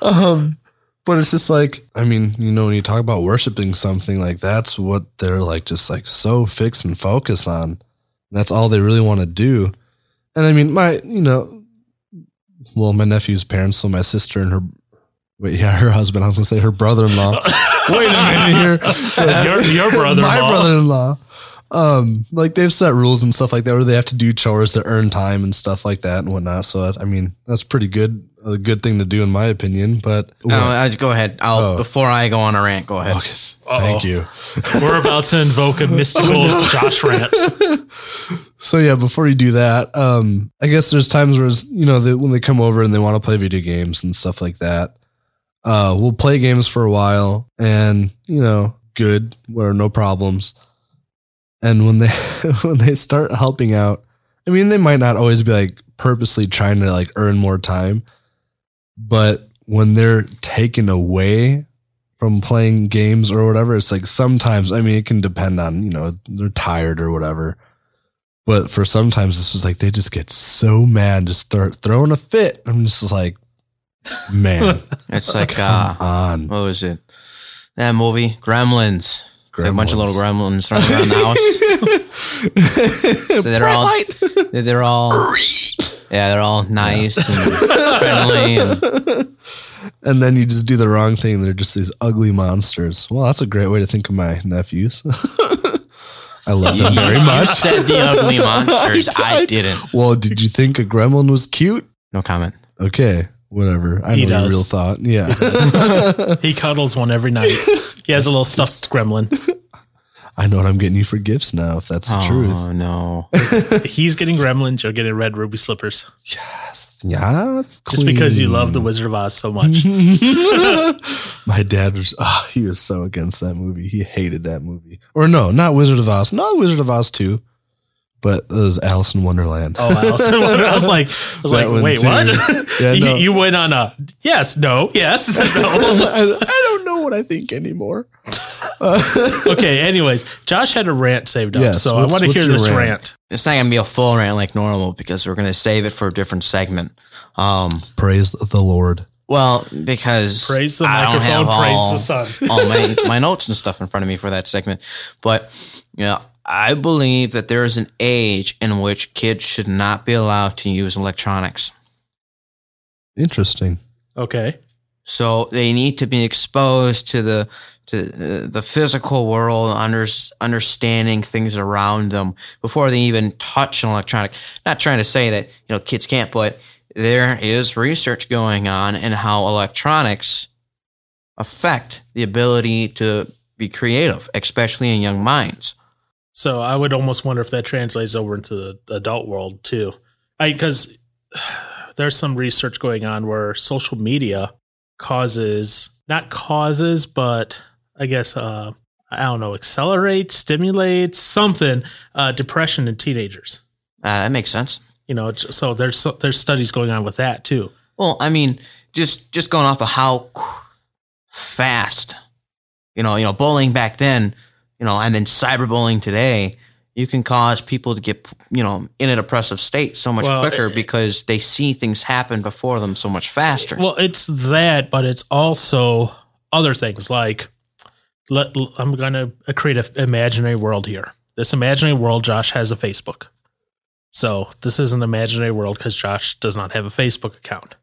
S3: Um, but it's just like, I mean, you know, when you talk about worshiping something, like that's what they're like, just like so fixed and focused on. That's all they really want to do. And I mean, my, you know, well, my nephew's parents, so my sister and her, wait, yeah, her husband, I was gonna say her brother-in-law. wait a minute here.
S1: That's your, your brother.
S3: my brother-in-law. Um, like they've set rules and stuff like that, where they have to do chores to earn time and stuff like that and whatnot. So that, I mean, that's pretty good, a good thing to do in my opinion. But
S2: No, I go ahead. I'll
S3: Oh.
S2: before I go on a rant. Go ahead.
S3: Okay, thank you.
S1: We're about to invoke
S3: Oh,
S1: a mystical Josh rant.
S3: So yeah, before you do that, um, I guess there's times where it's, you know they, when they come over and they want to play video games and stuff like that. Uh, we'll play games for a while, and you know, good, where no problems. And when they when they start helping out, I mean, they might not always be like purposely trying to like earn more time, but when they're taken away from playing games or whatever, it's like sometimes. I mean, it can depend on you know they're tired or whatever. But for sometimes it's just like they just get so mad, and just start throwing a fit. I'm just like, man,
S2: It's like uh,
S3: come on,
S2: what was it? That movie Gremlins. There's A bunch of little
S3: Gremlins.
S2: gremlins running around the house. So they're all they- they're all yeah they're all nice and friendly and
S3: and then you just do the wrong thing. They're just these ugly monsters. Well, that's a great way to think of my nephews. I love them very
S2: you
S3: much.
S2: said the ugly monsters
S3: I
S2: I,
S3: did.
S2: didn't
S3: Well, did you think a gremlin was cute?
S2: no comment
S3: Okay, whatever. I know
S1: He
S3: your
S1: does.
S3: real thought. Yeah,
S1: He cuddles one every night. He has a little stuffed gremlin.
S3: I know what I'm getting you for gifts now. If that's the
S2: oh
S3: truth.
S2: no
S1: He's getting gremlins. You're getting red ruby slippers.
S3: Yes, yes.
S1: Just because you
S3: queen.
S1: love The Wizard of Oz so much.
S3: My dad was ah, he was so against that movie. He hated that movie. Or no, not Wizard of Oz. Not Wizard of Oz 2. But it was Alice in Wonderland.
S1: Oh, I was, I was like, I was
S3: That
S1: like,
S3: one
S1: wait,
S3: too.
S1: what?
S3: Yeah,
S1: You-
S3: no.
S1: you, went on a yes, no, yes, no.
S3: I, I don't know what I think anymore.
S1: okay. Anyways, Josh had a rant saved up,
S3: Yes,
S1: so I
S3: what's-
S1: want to
S3: what's
S1: hear
S3: your
S1: this rant.
S3: rant?
S2: it's not gonna be a full rant like normal because we're gonna save it for a different segment um
S3: Praise the Lord.
S2: well because
S1: Praise the
S2: I don't
S1: microphone.
S2: have all-
S1: Praise the sun.
S2: all my, my notes and stuff in front of me for that segment. But you know, I believe that there is an age in which kids should not be allowed to use electronics.
S3: Interesting.
S1: Okay.
S2: So they need to be exposed to the to uh, the physical world, under, understanding things around them before they even touch an electronic. Not trying to say that you know kids can't, but there is research going on in how electronics affect the ability to be creative, especially in young minds.
S1: So I would almost wonder if that translates over into the adult world too. Because there's some research going on where social media causes, not causes, but I guess, uh, I don't know, accelerates, stimulates something, uh, depression in teenagers.
S2: Uh, that makes sense.
S1: You know, it's- so there's so there's studies going on with that too.
S2: Well, I mean, just just going off of how qu- fast, you know, you know, bullying back then, you know, and then cyberbullying today, you can cause people to get, you know, in a depressive state so much
S1: Well, eh,
S2: quicker
S1: it-
S2: because they see things happen before them so much faster.
S1: Well, it's that, but it's also other things like let, I'm going to create an imaginary world here. This imaginary world, Josh has a Facebook. So this is an imaginary world because Josh does not have a Facebook account.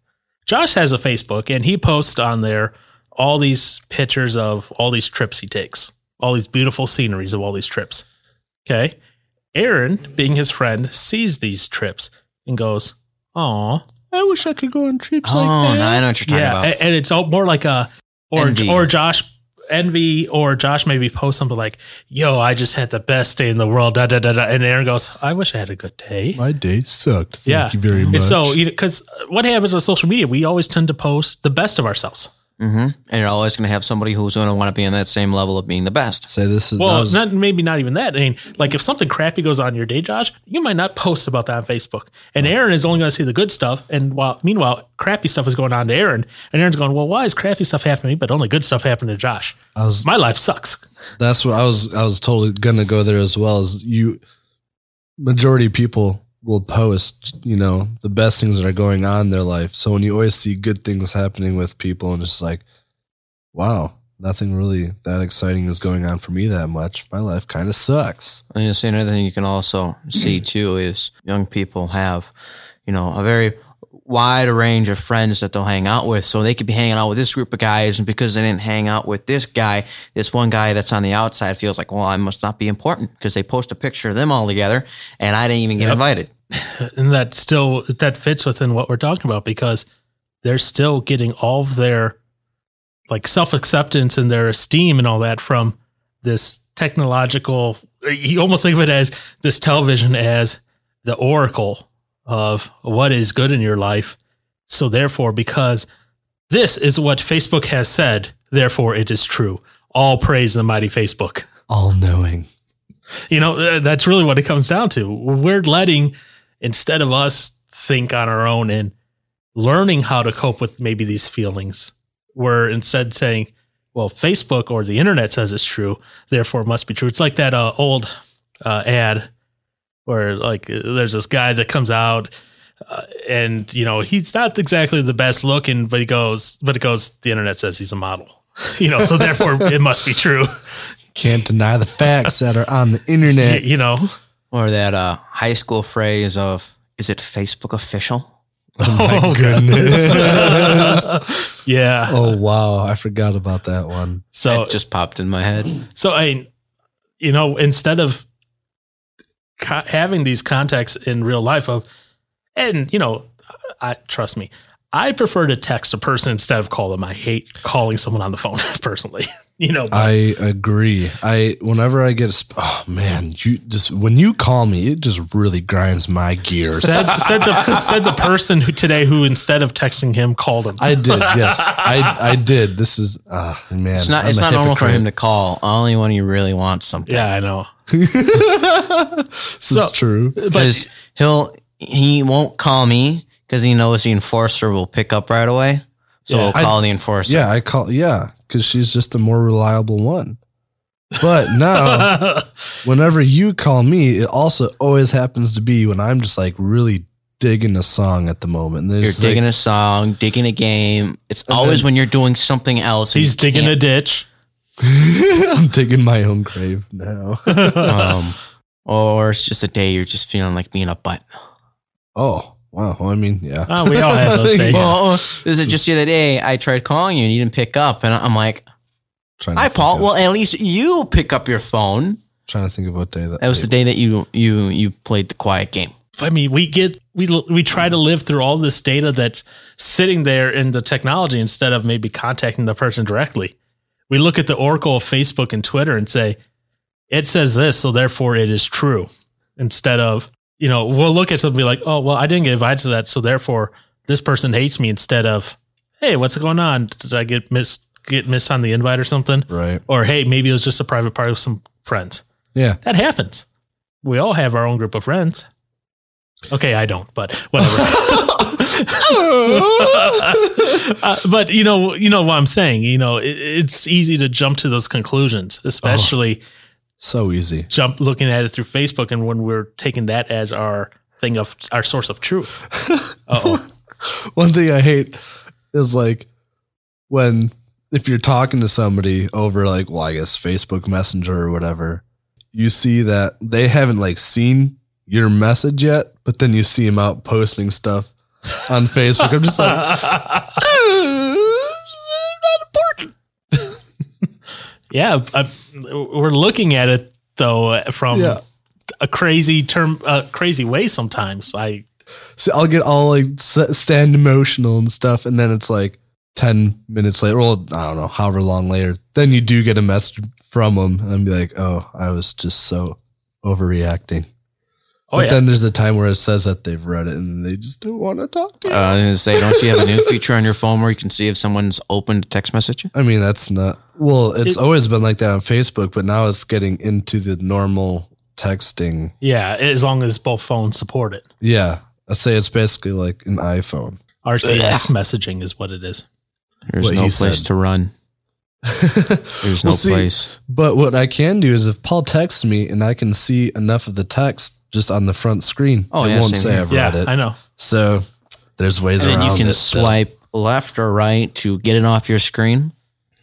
S1: Josh has a Facebook and he posts on there all these pictures of all these trips he takes, all these beautiful sceneries of all these trips. Okay. Aaron, being his friend, sees these trips and goes, Aw,
S7: I wish I could go on trips
S2: oh, now I know what you're talking
S1: yeah, eh.
S2: about.
S1: a- and it's all more like a or
S2: Envy.
S1: or Josh envy or Josh maybe post something like, "Yo, I just had the best day in the world." Da da da da, and Aaron goes, "I wish I had a good day."
S3: My day sucked. Thank
S1: Yeah.
S3: you very much.
S1: And so, because what happens on social media, we always tend to post the best of ourselves.
S2: hmm And you're always going to have somebody who's going to want to be on that same level of being the best.
S3: Say this is that
S1: Well,
S3: was-
S1: not maybe not even that. I mean, like if something crappy goes on in your day, Josh, you might not post about that on Facebook. And Aaron is only going to see the good stuff. And while meanwhile, crappy stuff is going on to Aaron, and Aaron's going, "Well, why is crappy stuff happening to me, but only good stuff happened to Josh?
S3: I was
S1: My life sucks."
S3: That's what I was. I was totally gonna go there as well. As you, majority of people will post, you know, the best things that are going on in their life. So when you always see good things happening with people, and it's like, wow, nothing really that exciting is going on for me that much. My life kind of sucks.
S2: And you see another thing you can also see too is young people have, you know, a very wide range of friends that they'll hang out with. So they could be hanging out with this group of guys, and because they didn't hang out with this guy, this one guy that's on the outside feels like, well, I must not be important because they post a picture of them all together, and I didn't even get invited.
S1: and that still that fits within what we're talking about because they're still getting all of their like self-acceptance and their esteem and all that from this technological you almost think of it as this television as the oracle of what is good in your life so therefore because this is what facebook has said therefore it is true all praise the mighty facebook
S3: All knowing.
S1: you know, th- that's really what it comes down to. We're letting, instead of us think on our own and learning how to cope with maybe these feelings, we're instead saying, well, Facebook or the internet says it's true, therefore it must be true. It's like that uh, old uh, ad where, like, uh, there's this guy that comes out. Uh, and you know he's not exactly the best looking, but he goes, but it goes. The internet says he's a model, you know, so therefore it must be true,
S3: Can't deny the facts that are on the internet.
S1: you know.
S2: Or that uh, high school phrase of, "Is it Facebook official?"
S1: Oh, goodness. yeah.
S3: Oh wow, I forgot about that one.
S1: So,
S2: It just popped in my head.
S1: so I, you know, instead of co- having these contacts in real life of, and you know, I trust me, I prefer to text a person instead of call them. I hate calling someone on the phone personally. You know, but-
S3: I agree. I whenever I get a sp- oh man, you just when you call me, it just really grinds my gears.
S1: said said the said the person who today who instead of texting him called him.
S3: I did, yes, I I did. This is uh, man.
S2: It's not. it's not normal for him to call only when he really wants something.
S1: yeah, I know.
S3: this
S1: So-
S3: is true.
S1: But
S2: because he'll he won't call me because he knows the enforcer will pick up right away. So
S1: Yeah.
S2: he'll
S3: I-
S2: call the enforcer.
S3: Yeah, I call. Yeah, because she's just a more reliable one. But now, whenever you call me, it also always happens to be when I'm just like really digging a song at the moment. And
S2: You're
S3: there's
S2: digging
S3: like,
S2: a song, digging a game. It's
S3: And
S2: always
S3: then-
S2: when you're doing something else.
S1: he's digging a ditch.
S3: I'm digging my own grave now.
S2: it. Um, or it's just a day you're just feeling like being a butt.
S3: Oh, wow. Well, I mean, yeah.
S1: Oh, we all have those days.
S2: Oh,
S3: Yeah.
S2: Well, this is just the other day. I tried calling you and you didn't pick up, and I'm like,
S3: Trying
S2: Hi,
S3: think
S2: Paul.
S3: of-
S2: Well, at least you pick up your phone.
S3: trying to think of what day that,
S2: That was the day that you you you played the quiet game.
S1: I mean, we get we we try to live through all this data that's sitting there in the technology instead of maybe contacting the person directly. We look at the oracle of Facebook and Twitter and say, "It says this, so therefore it is true." Instead of you know, we'll look at something and be like, "Oh, well, I didn't get invited to that, so therefore this person hates me." Instead of, "Hey, what's going on? Did I get missed get missed on the invite or something?"
S3: right?
S1: Or, "Hey, maybe it was just a private party with some friends."
S3: Yeah,
S1: That happens. We all have our own group of friends. Okay, I don't, but whatever. Uh, but you know, you know what I'm saying. You know, it, it's easy to jump to those conclusions,
S3: Oh.
S1: especially
S3: so easy.
S1: jump looking at it through Facebook, and when we're taking that as our thing of our source of truth. Uh-oh.
S3: One thing I hate is like when if you're talking to somebody over like well, I guess Facebook Messenger or whatever, you see that they haven't like seen your message yet, but then you see them out posting stuff on Facebook. I'm just like,
S1: yeah, I, we're looking at it though from
S3: Yeah.
S1: a crazy term, a crazy way sometimes. I
S3: so I'll get all like s- stand emotional and stuff, and then it's like ten minutes later, well, I don't know, however long later, then you do get a message from them, and I'm like, oh, I was just so overreacting.
S1: oh
S3: but
S1: yeah.
S3: then there's the time where it says that they've read it and they just don't want to talk to you.
S2: Uh, I was gonna say, don't you have a new feature on your phone where you can see if someone's opened a text message?
S3: I mean, that's not well. It's
S1: It-
S3: always been like that on Facebook, but now it's getting into the normal texting.
S1: Yeah, as long as both phones support it.
S3: Yeah, I say it's basically like an iPhone.
S1: RCS messaging is what it is.
S2: There's
S3: What
S2: no
S3: he
S2: place
S3: said.
S2: to run. There's no
S3: Well, see-
S2: place.
S3: But what I can do is if Paul texts me and I can see enough of the text just on the front screen,
S2: Oh,
S3: it
S2: yeah,
S3: won't
S2: same
S3: say
S2: here.
S3: I've
S1: yeah,
S3: read it.
S1: I know.
S3: So there's ways
S2: And
S3: around uh,
S2: then you can
S3: it still.
S2: swipe left or right to get it off your screen.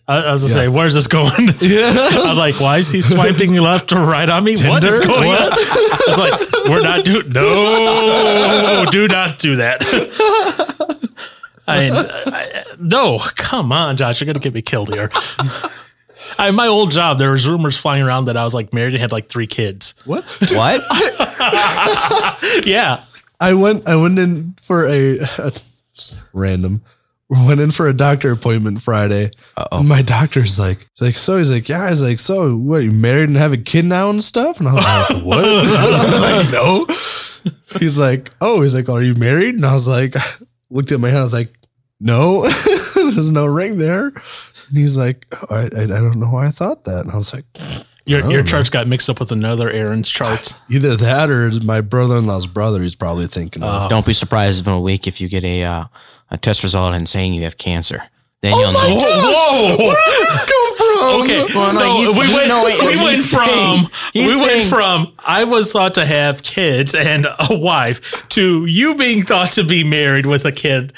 S1: I, I was gonna say, where's this going? I was like, why is he swiping left or right on me? What is
S3: Tinder?
S1: going on? I was like, we're not doing. No, do not do that. I, I- no, come on, Josh, you're gonna get me killed here. I, my old job, there was rumors flying around that I was like married and had like three kids.
S3: What?
S2: What?
S1: Yeah,
S3: I went I went in for a random went in for a doctor appointment Friday.
S2: Uh-oh.
S3: And my doctor's like, it's like so he's like, yeah, he's like, so what you married and have a kid now and stuff? And I was like, what? I was like, no. He's like, oh, he's like, are you married? And I was like, looked at my hand, I was like, no, there's no ring there. And he's like, oh, I, I, I don't know why I thought that. And I was like,
S1: your your charts got mixed up with another Aaron's charts.
S3: either that or it's my brother-in-law's brother. He's probably thinking, of.
S2: Don't be surprised in a week if you get a uh, a test result and saying you have cancer. Then
S3: Oh
S2: you'll know.
S1: Whoa!
S3: come
S1: Okay,
S2: Well, no, he's-
S1: so we
S2: he-
S1: went,
S2: no, wait,
S1: we
S2: he's
S1: went
S2: saying-
S1: from
S2: he's
S1: we went
S2: saying-
S1: from I was thought to have kids and a wife to you being thought to be married with a kid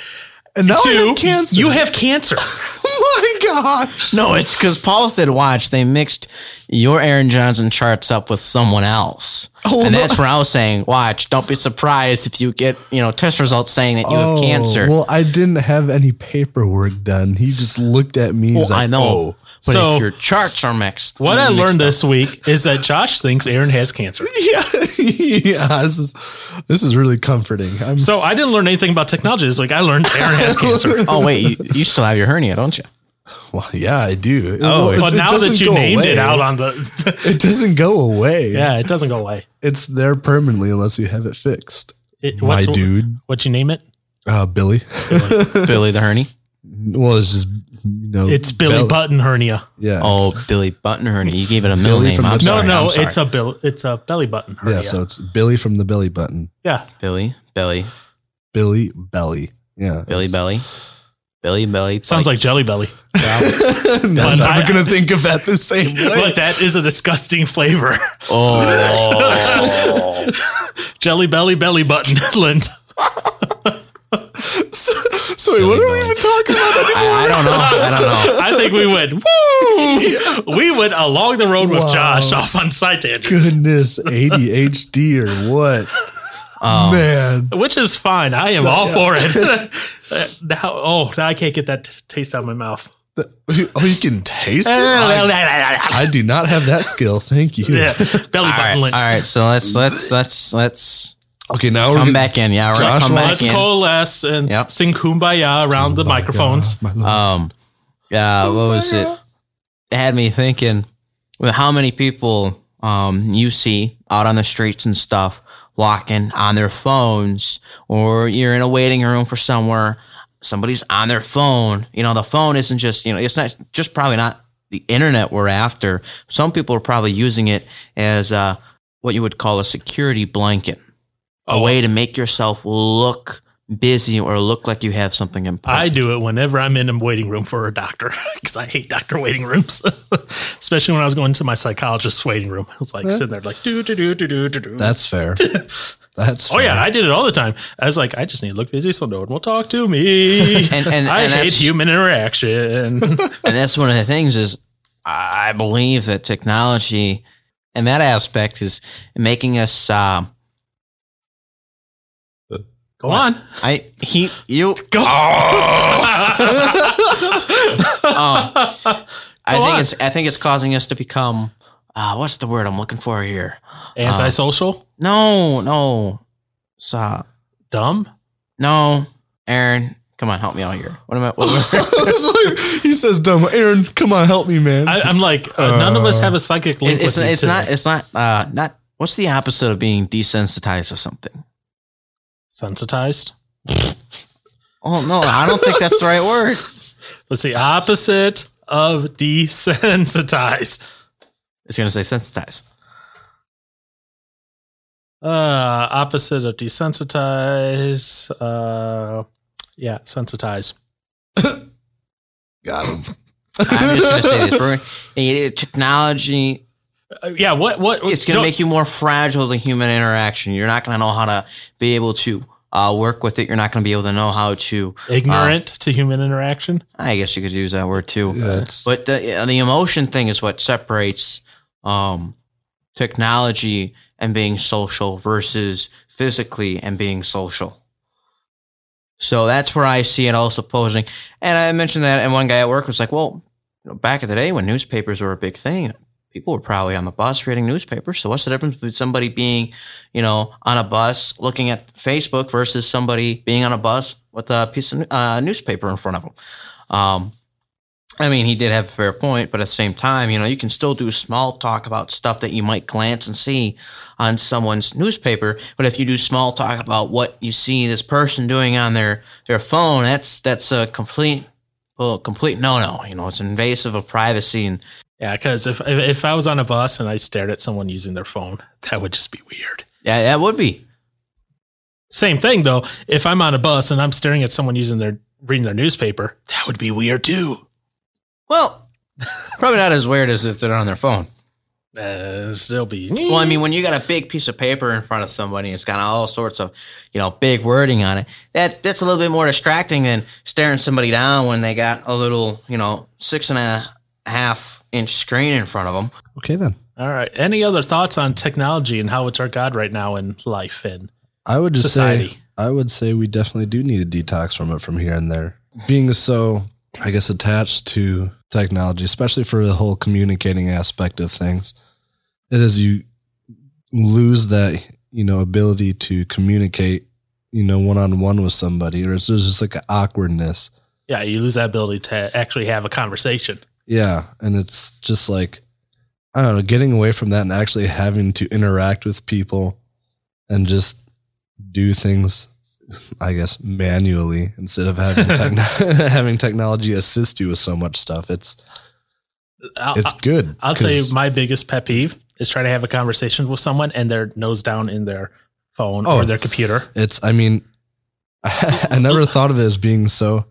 S3: And now Oh, I
S1: to
S3: have cancer.
S1: you have cancer.
S3: Oh my gosh.
S2: No, it's because Paul said, "Watch." They mixed your Aaron Johnson charts up with someone else,
S3: Oh,
S2: and that's where I was saying, "Watch." Don't be surprised if you get you know test results saying that you have cancer.
S3: Oh, Well, I didn't have any paperwork done. He just looked at me.
S2: Well,
S3: he's like,
S2: I know,
S3: "Oh."
S2: but
S1: So-
S2: if your charts are mixed,
S1: What I
S2: mixed
S1: learned
S2: up-
S1: this week is that Josh thinks Aaron has cancer.
S3: Yeah, yeah. This is this is really comforting. I'm
S1: So I didn't learn anything about technology this week. I learned Aaron has cancer.
S2: Oh wait, you, you still have your hernia, don't you?
S3: well, yeah, I do.
S2: Oh,
S3: Well, it-
S1: But
S3: it
S1: now
S3: doesn't
S1: that you
S3: go
S1: named it
S3: away.
S1: out on the,
S3: it doesn't go away.
S1: yeah, it doesn't go away.
S3: it's there permanently unless you have it fixed.
S1: It,
S3: My
S1: what,
S3: dude,
S1: what you name it?
S3: uh, Billy.
S2: Billy the hernia.
S3: well, it's just you know,
S1: It's Billy
S3: Bell-
S1: Button hernia.
S3: Yeah.
S2: Oh, Billy Button hernia. You gave it a middle
S3: Billy
S2: name.
S3: from
S2: I'm
S3: the-
S2: sorry.
S1: no,
S2: I'm
S1: no,
S2: sorry.
S1: it's a bill. It's a belly button
S3: yeah.
S1: hernia.
S3: So it's Billy from the Belly Button.
S1: yeah.
S2: Billy, Billy,
S3: Billy Belly. Yeah.
S2: Billy Belly, Billy Belly.
S1: Sounds like Jelly Belly.
S3: I'm
S1: But
S3: never
S1: I-
S3: gonna think of that the same way.
S1: But that is a disgusting flavor.
S2: oh.
S1: Jelly belly belly button, Lind.
S3: so, sorry, what are we even talking about
S2: I,
S3: anymore?
S2: I don't know. I don't know.
S1: I think we went woo. We went along the road with
S3: Wow.
S1: Josh off on side tangents,
S3: Goodness, ADHD or what?
S2: Um,
S3: Man,
S1: which is fine. I am all for it. Uh, now, oh, now I can't get that t- taste out of my mouth.
S4: Oh, you can taste it.
S1: yeah,
S3: I do not have that skill. Thank you.
S1: belly
S2: All right,
S1: button
S2: all
S1: lint.
S2: right. So let's let's let's let's
S3: Okay, now
S2: come
S3: we're
S2: back in. Yeah, we're
S3: Josh,
S2: gonna come back
S1: Let's
S2: in.
S1: coalesce and
S2: Yep.
S1: sing kumbaya around the microphones.
S2: Um, yeah, what was it? It had me thinking with how many people um, you see out on the streets and stuff walking on their phones, or you're in a waiting room for somewhere, somebody's on their phone. You know, the phone isn't just, you know, it's not just probably not the internet we're after. Some people are probably using it as uh, what you would call a security blanket, a way to make yourself look busy or look like you have something important.
S1: I do it whenever I'm in a waiting room for a doctor because I hate doctor waiting rooms, especially when I was going to my psychologist's waiting room. I was like sitting there like do do do do do do do.
S3: That's fair. That's
S1: Oh
S3: fair.
S1: yeah, I did it all the time. I was like, I just need to look busy so no one will talk to me.
S2: And- and-
S1: I
S2: and
S1: hate
S2: that's-
S1: human interaction.
S2: and that's one of the things is I believe that technology and that aspect is making us. Uh,
S1: Go on.
S2: I he you.
S1: Go.
S2: Um, I
S1: Go
S2: think
S1: on.
S2: it's I think it's causing us to become. Uh, what's the word I'm looking for here?
S1: Antisocial,
S2: No, no, so,
S1: dumb.
S2: no, Aaron. Come on, help me out here. What am I? What am I-
S3: It's like- he says, "Dumb Aaron, come on, help me, man."
S1: I, I'm like uh, none of us have a psychic link.
S2: it's it's,
S1: with
S2: it's
S1: me to-
S2: not. It's not. Uh, not. What's the opposite of being desensitized to something?
S1: sensitized.
S2: Oh no, I don't think that's the right word.
S1: Let's see. Opposite of desensitized.
S2: It's gonna say sensitized.
S1: Uh, opposite of desensitize. Uh, yeah, sensitize.
S3: Got him.
S2: I'm just gonna say this. We're, eh, technology
S1: Uh, yeah. What? What?
S2: it's gonna
S1: don't-
S2: make you more fragile to human interaction. You're not gonna know how to be able to uh, work with it. You're not gonna be able to know how to.
S1: ignorant to human interaction.
S2: I guess you could use that word too.
S3: Yeah, it's-
S2: But the uh, the emotion thing is what separates um, technology and being social versus physically and being social. So that's where I see it also posing. And I mentioned that, and one guy at work was like, "Well, you know, back in the day when newspapers were a big thing, people were probably on the bus reading newspapers. So what's the difference between somebody being, you know, on a bus looking at Facebook versus somebody being on a bus with a piece of uh, newspaper in front of them?" Um, I mean, he did have a fair point, but at the same time, you know, you can still do small talk about stuff that you might glance and see on someone's newspaper. But if you do small talk about what you see this person doing on their, their phone, that's that's a complete well, complete no no. You know, it's invasive of privacy and
S1: Yeah, because if, if if I was on a bus and I stared at someone using their phone, that would just be weird.
S2: yeah, that would be.
S1: Same thing though. If I'm on a bus and I'm staring at someone using their reading their newspaper, that would be weird too.
S2: Well, probably not as weird as if they're on their phone.
S1: Uh, still be
S2: Well, I mean, when you got a big piece of paper in front of somebody, it's got all sorts of, you know, big wording on it. That that's a little bit more distracting than staring somebody down when they got a little, you know, six and a half inch screen in front of them.
S3: okay then.
S1: All right. Any other thoughts on technology and how it's our god right now in life? And
S3: I would just say
S1: Society.
S3: I would say we definitely do need a detox from it from here and there. Being so, I guess, attached to technology, especially for the whole communicating aspect of things, it is you lose that you know ability to communicate, you know, one on one with somebody, or it's there's just like an awkwardness.
S1: yeah, you lose that ability to actually have a conversation.
S3: Yeah, and it's just like I don't know, getting away from that and actually having to interact with people and just do things, I guess, manually instead of having techno- having technology assist you with so much stuff. It's
S1: I'll,
S3: it's good.
S1: I'll tell you
S3: 'cause-
S1: my biggest pet peeve is trying to have a conversation with someone and they're nose down in their phone
S3: Oh.
S1: or their computer.
S3: It's. I mean, I never thought of it as being so,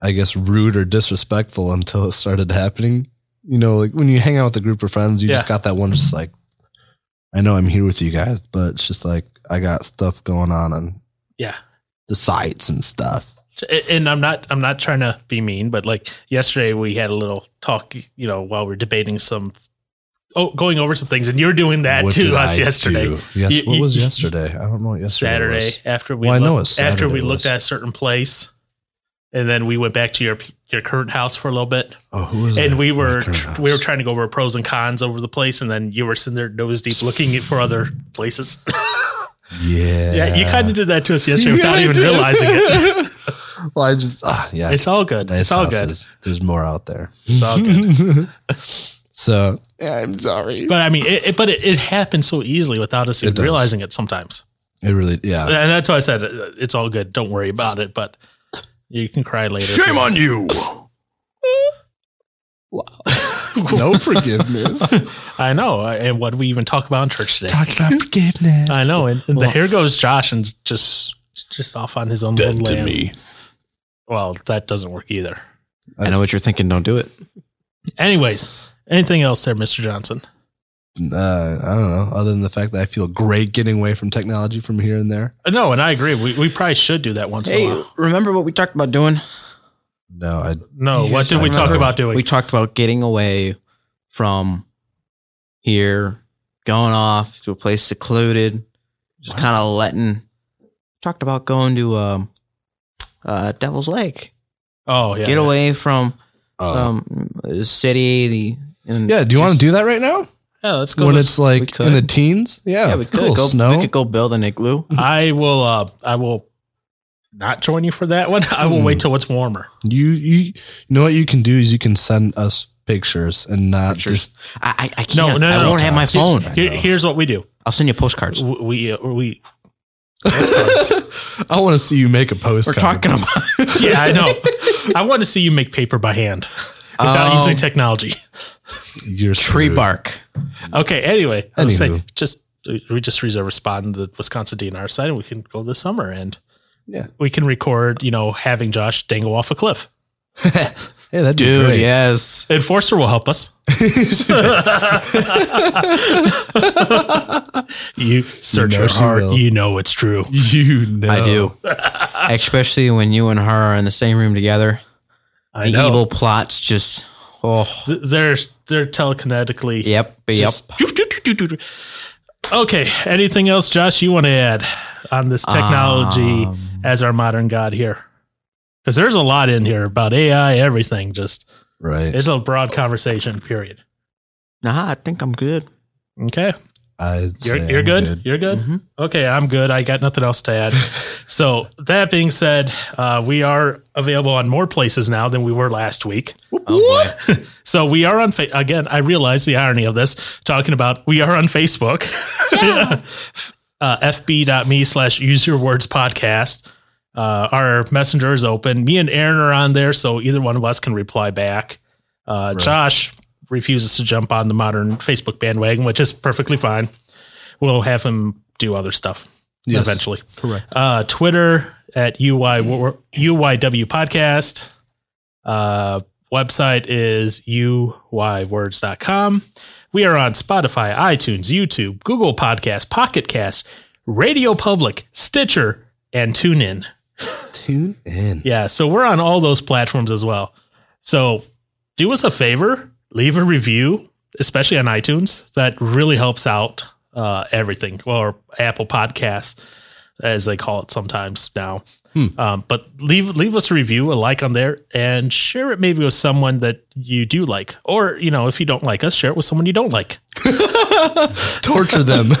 S3: I guess, rude or disrespectful until it started happening. You know, like when you hang out with a group of friends, you just
S1: Yeah.
S3: got that one, just like, I know I'm here with you guys, but it's just like I got stuff going on on
S1: Yeah.
S3: the sites and stuff.
S1: and I'm not I'm not trying to be mean, but like yesterday we had a little talk, you know, while we are debating some oh going over some things, and you're doing that
S3: What
S1: to
S3: did
S1: us
S3: I
S1: yesterday,
S3: do? Yes.
S1: You-
S3: what
S1: you-
S3: was
S1: you-
S3: yesterday? I don't know. What yesterday.
S1: Saturday
S3: was.
S1: after we
S3: Well, I know
S1: looked-
S3: it's
S1: after
S3: Saturday
S1: we
S3: was.
S1: looked at a certain place. and then we went back to your your current house for a little bit,
S3: Oh, who was
S1: and
S3: that?
S1: we
S3: My
S1: were
S3: current house.
S1: we were trying to go over pros and cons over the place, and then you were sitting there nose deep looking for other places.
S3: yeah.
S1: yeah, you kind of did that to us yesterday without
S3: I
S1: even
S3: did.
S1: realizing it.
S3: well, I just ah yeah.
S1: It's all good.
S3: nice
S1: it's all
S3: houses. There's more out there.
S1: good. It's all good.
S3: So
S1: But I mean, it, it- but it, it happens so easily without us even
S3: does.
S1: realizing it sometimes.
S3: it really yeah.
S1: And that's why I said uh, it's all good. Don't worry about it. But you can cry later.
S4: Shame on you.
S7: No forgiveness.
S1: I know. I- And what did we even talk about in church today?
S3: Talk about forgiveness.
S1: I know. And, and the, here goes Josh and just just off on his own little
S4: Dead to
S1: land.
S4: me.
S1: Well, that doesn't work either.
S2: I know what you're thinking. Don't do it.
S1: Anyways, anything else there, Mr. Johnson?
S3: Uh, I don't know. Other than the fact that I feel great getting away from technology from here and there.
S1: Uh, No, and I agree. We, we probably should do that once
S2: Hey,
S1: in a while.
S2: remember what we talked about doing?
S3: No, I
S1: No, what did we
S2: I
S1: talk
S2: remember.
S1: about doing?
S2: We talked about getting away from here, going off to a place secluded, just kind of letting. Talked about going to um, uh, Devil's Lake.
S1: oh, yeah.
S2: Get away from
S3: Oh.
S2: um, the city. The and
S3: yeah. Do you want to
S2: just-
S3: do that right now?
S1: Yeah, let's go.
S3: When
S1: this-
S3: it's like
S2: could.
S3: in the teens? Yeah,
S2: Yeah, we could
S3: cool.
S2: go.
S3: Snow.
S2: We could go build an igloo.
S1: I will. Uh, I will not join you for that one. I will wait till it's warmer.
S3: You you you know what you can do is you can send us pictures and not
S2: Pictures.
S3: just
S2: I, I, I can't.
S1: No, no,
S2: I
S1: no,
S2: won't have
S1: Here-
S2: my phone.
S1: here- here's what we do.
S2: I'll send you postcards.
S1: W- We uh, we.
S3: I want to see you make a
S2: We're
S3: postcard.
S2: talking about.
S1: Yeah, I know. I want to see you make paper by hand without
S2: Um,
S1: using technology.
S3: You're
S2: Tree
S3: screwed.
S2: bark.
S1: Okay. Anyway, I was
S3: Anywho.
S1: saying just we just reserve a spot on the Wisconsin DNR site, and we can go this summer, and
S3: Yeah.
S1: we can record. You know, having Josh dangle off a cliff.
S3: Hey, that'd be great.
S2: yes.
S1: Enforcer will help us. you search
S3: know
S1: your
S3: she
S1: heart.
S3: will.
S1: You know it's true.
S3: You know,
S2: I do. Especially when you and her are in the same room together.
S1: I
S2: the
S1: know.
S2: evil plots just oh
S1: Th- They're they're telekinetically.
S2: yep
S1: just-
S2: yep
S1: Okay. Anything else, Josh? You want to add on this technology
S2: Um,
S1: as our modern god here? Because there's a lot in here about AI, everything. Just
S3: Right.
S1: it's a broad conversation. Period.
S2: nah i think i'm good
S1: Okay.
S3: I'd
S1: You're,
S3: say
S1: you're
S3: I'm
S1: good? You're good.
S2: Mhm.
S1: Okay, I'm good. I got nothing else to add. so that being said, uh, we are available on more places now than we were last week.
S2: oh boy
S1: So we are on. Fa- again, I realize the irony of this. Talking about we are on Facebook. uh, fb.me slash use your words podcast. Uh, our messenger is open. Me and Aaron are on there, so either one of us can reply back. Uh, Josh refuses to jump on the modern Facebook bandwagon, which is perfectly fine. We'll have him do other stuff
S3: Yes.
S1: eventually.
S3: Correct.
S1: Uh, Twitter at UY, wo- UYW podcast. Uh, website is uywords.com. We are on Spotify, iTunes, YouTube, Google Podcasts, Pocket Cast, Radio Public, Stitcher, and TuneIn.
S3: Tune in.
S1: Yeah, so we're on all those platforms as well. So do us a favor, leave a review, especially on iTunes. That really helps out uh, everything, well, or Apple Podcasts, as they call it sometimes now. Um, but leave leave us a review, a like on there, and share it maybe with someone that you do like, or you know, if you don't like us, share it with someone you don't like.
S3: Torture them.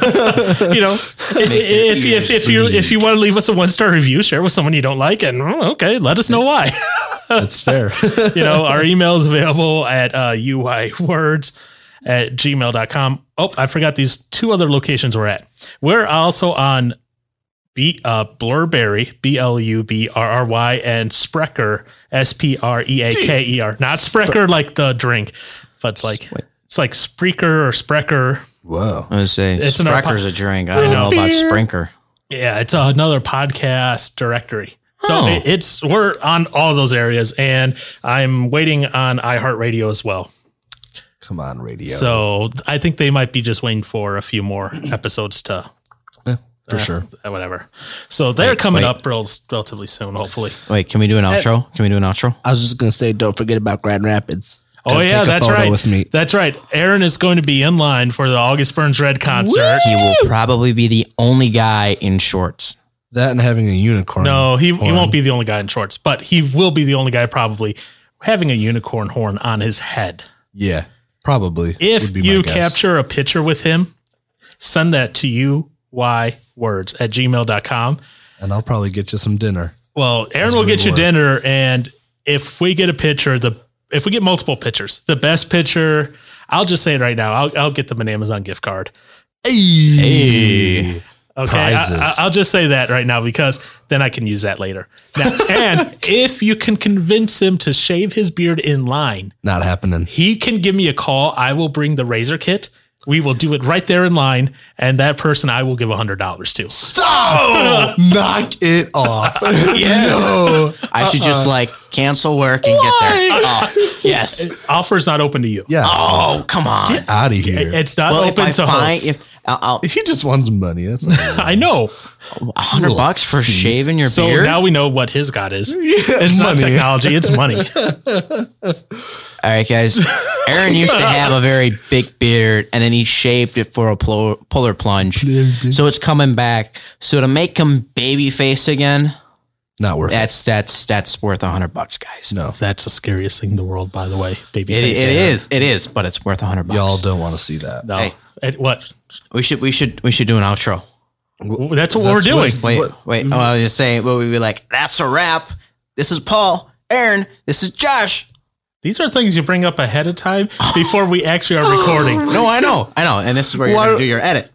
S1: You know, if, if, if, if you if you want to leave us a one star review, share it with someone you don't like, and mm, okay, let us know why.
S3: That's fair.
S1: you know, our email is available at uh, uiwords at gmail.com. Oh, I forgot these two other locations we're at. We're also on B, uh, Blurberry, B L U B R R Y, and Sprecher, S P R E A K E R. Not Sprecher like the drink, but it's like it's like Spreaker or Sprecher.
S3: Whoa.
S2: i was gonna say
S1: It's an
S2: Sprecker's
S1: apo-
S2: a drink i don't know about sprinker
S1: Yeah, it's another podcast directory. So
S2: Oh.
S1: it- it's we're on all those areas, and I'm waiting on iHeartRadio as well.
S3: Come on, radio.
S1: So I think they might be just waiting for a few more episodes to
S3: Yeah, for
S1: uh,
S3: sure.
S1: whatever. So they're coming
S2: wait.
S1: up rel- relatively soon, hopefully.
S2: wait can we do an outro can we do an outro
S3: I was just gonna say, don't forget about Grand Rapids.
S1: Oh
S3: Come
S1: yeah,
S3: take a
S1: that's
S3: photo
S1: right.
S3: with me.
S1: That's right. Aaron is going to be in line for the August Burns Red concert.
S2: he will probably be the only guy in shorts
S3: That and having a unicorn.
S1: No, he, he
S3: horn.
S1: won't be the only guy in shorts, but he will be the only guy probably having a unicorn horn on his head.
S3: Yeah, probably.
S1: If
S3: would be my
S1: you
S3: guess.
S1: capture a picture with him, send that to you why words at gmail.com.
S3: and I'll probably get you some dinner.
S1: Well, Aaron
S3: As a
S1: will get you
S3: reward.
S1: dinner, and if we get a picture, the if we get multiple pictures, the best picture, I'll just say it right now. I'll I'll get them an Amazon gift card. Okay,
S2: Hey.
S1: I,
S3: Prizes.
S1: I, will just say that right now because then I can use that later. Now, and if you can convince him to shave his beard in line,
S3: Not happening.
S1: he can give me a call. I will bring the razor kit. We will do it right there in line, and that person I will give hundred dollars to.
S3: Stop! Knock it off. No.
S2: I should just like cancel work and get there. Oh, yes.
S1: Offer's not open to you.
S3: Yeah.
S2: Oh, come on.
S3: Get out of here.
S1: It- It's not
S2: Well, if
S1: open
S2: I
S1: to
S2: find
S1: hosts.
S2: if I'll,
S3: he just wants money. That's all.
S1: I know.
S2: I'll, a hundred bucks for shaving your
S1: So
S2: beard.
S1: now we know what his god is. it's not technology, it's money.
S2: All right, guys. Aaron used to have a very big beard, and then he shaved it for a plo- polar plunge. So it's coming back. So to make him baby face again,
S3: Not worth it.
S2: that's that's that's worth a hundred bucks, guys.
S3: No.
S1: That's the scariest thing in the world, by the way, baby.
S2: It,
S1: face
S2: it
S1: hair.
S2: is, it is, but it's worth a hundred bucks.
S3: Y'all don't want to see that.
S1: No.
S2: Hey.
S1: It- what?
S2: We should we should we should do an outro.
S1: That's what we're
S3: That's what
S1: doing.
S3: it's-
S2: Wait,
S3: What-
S2: wait. Oh, I was just saying, but we'd be like, that's a wrap. This is Paul, Aaron. This is Josh.
S1: These are things you bring up ahead of time before we actually are recording.
S2: No, I know, I know, and this is where you're
S3: Why-
S2: gonna do your edit.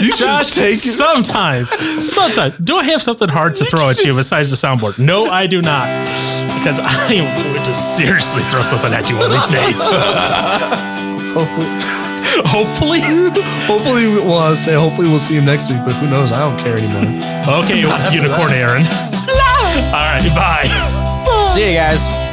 S3: You just take it.
S1: Sometimes, sometimes. Do I have something hard to throw at you besides the soundboard? No, I do not. Because I am going to seriously throw something at you one of these days. Hopefully.
S3: Hopefully, we- well, I was saying, hopefully we'll see him next week, but who knows? I don't care anymore.
S1: Okay, Unicorn Aaron. All right, bye.
S2: See you guys.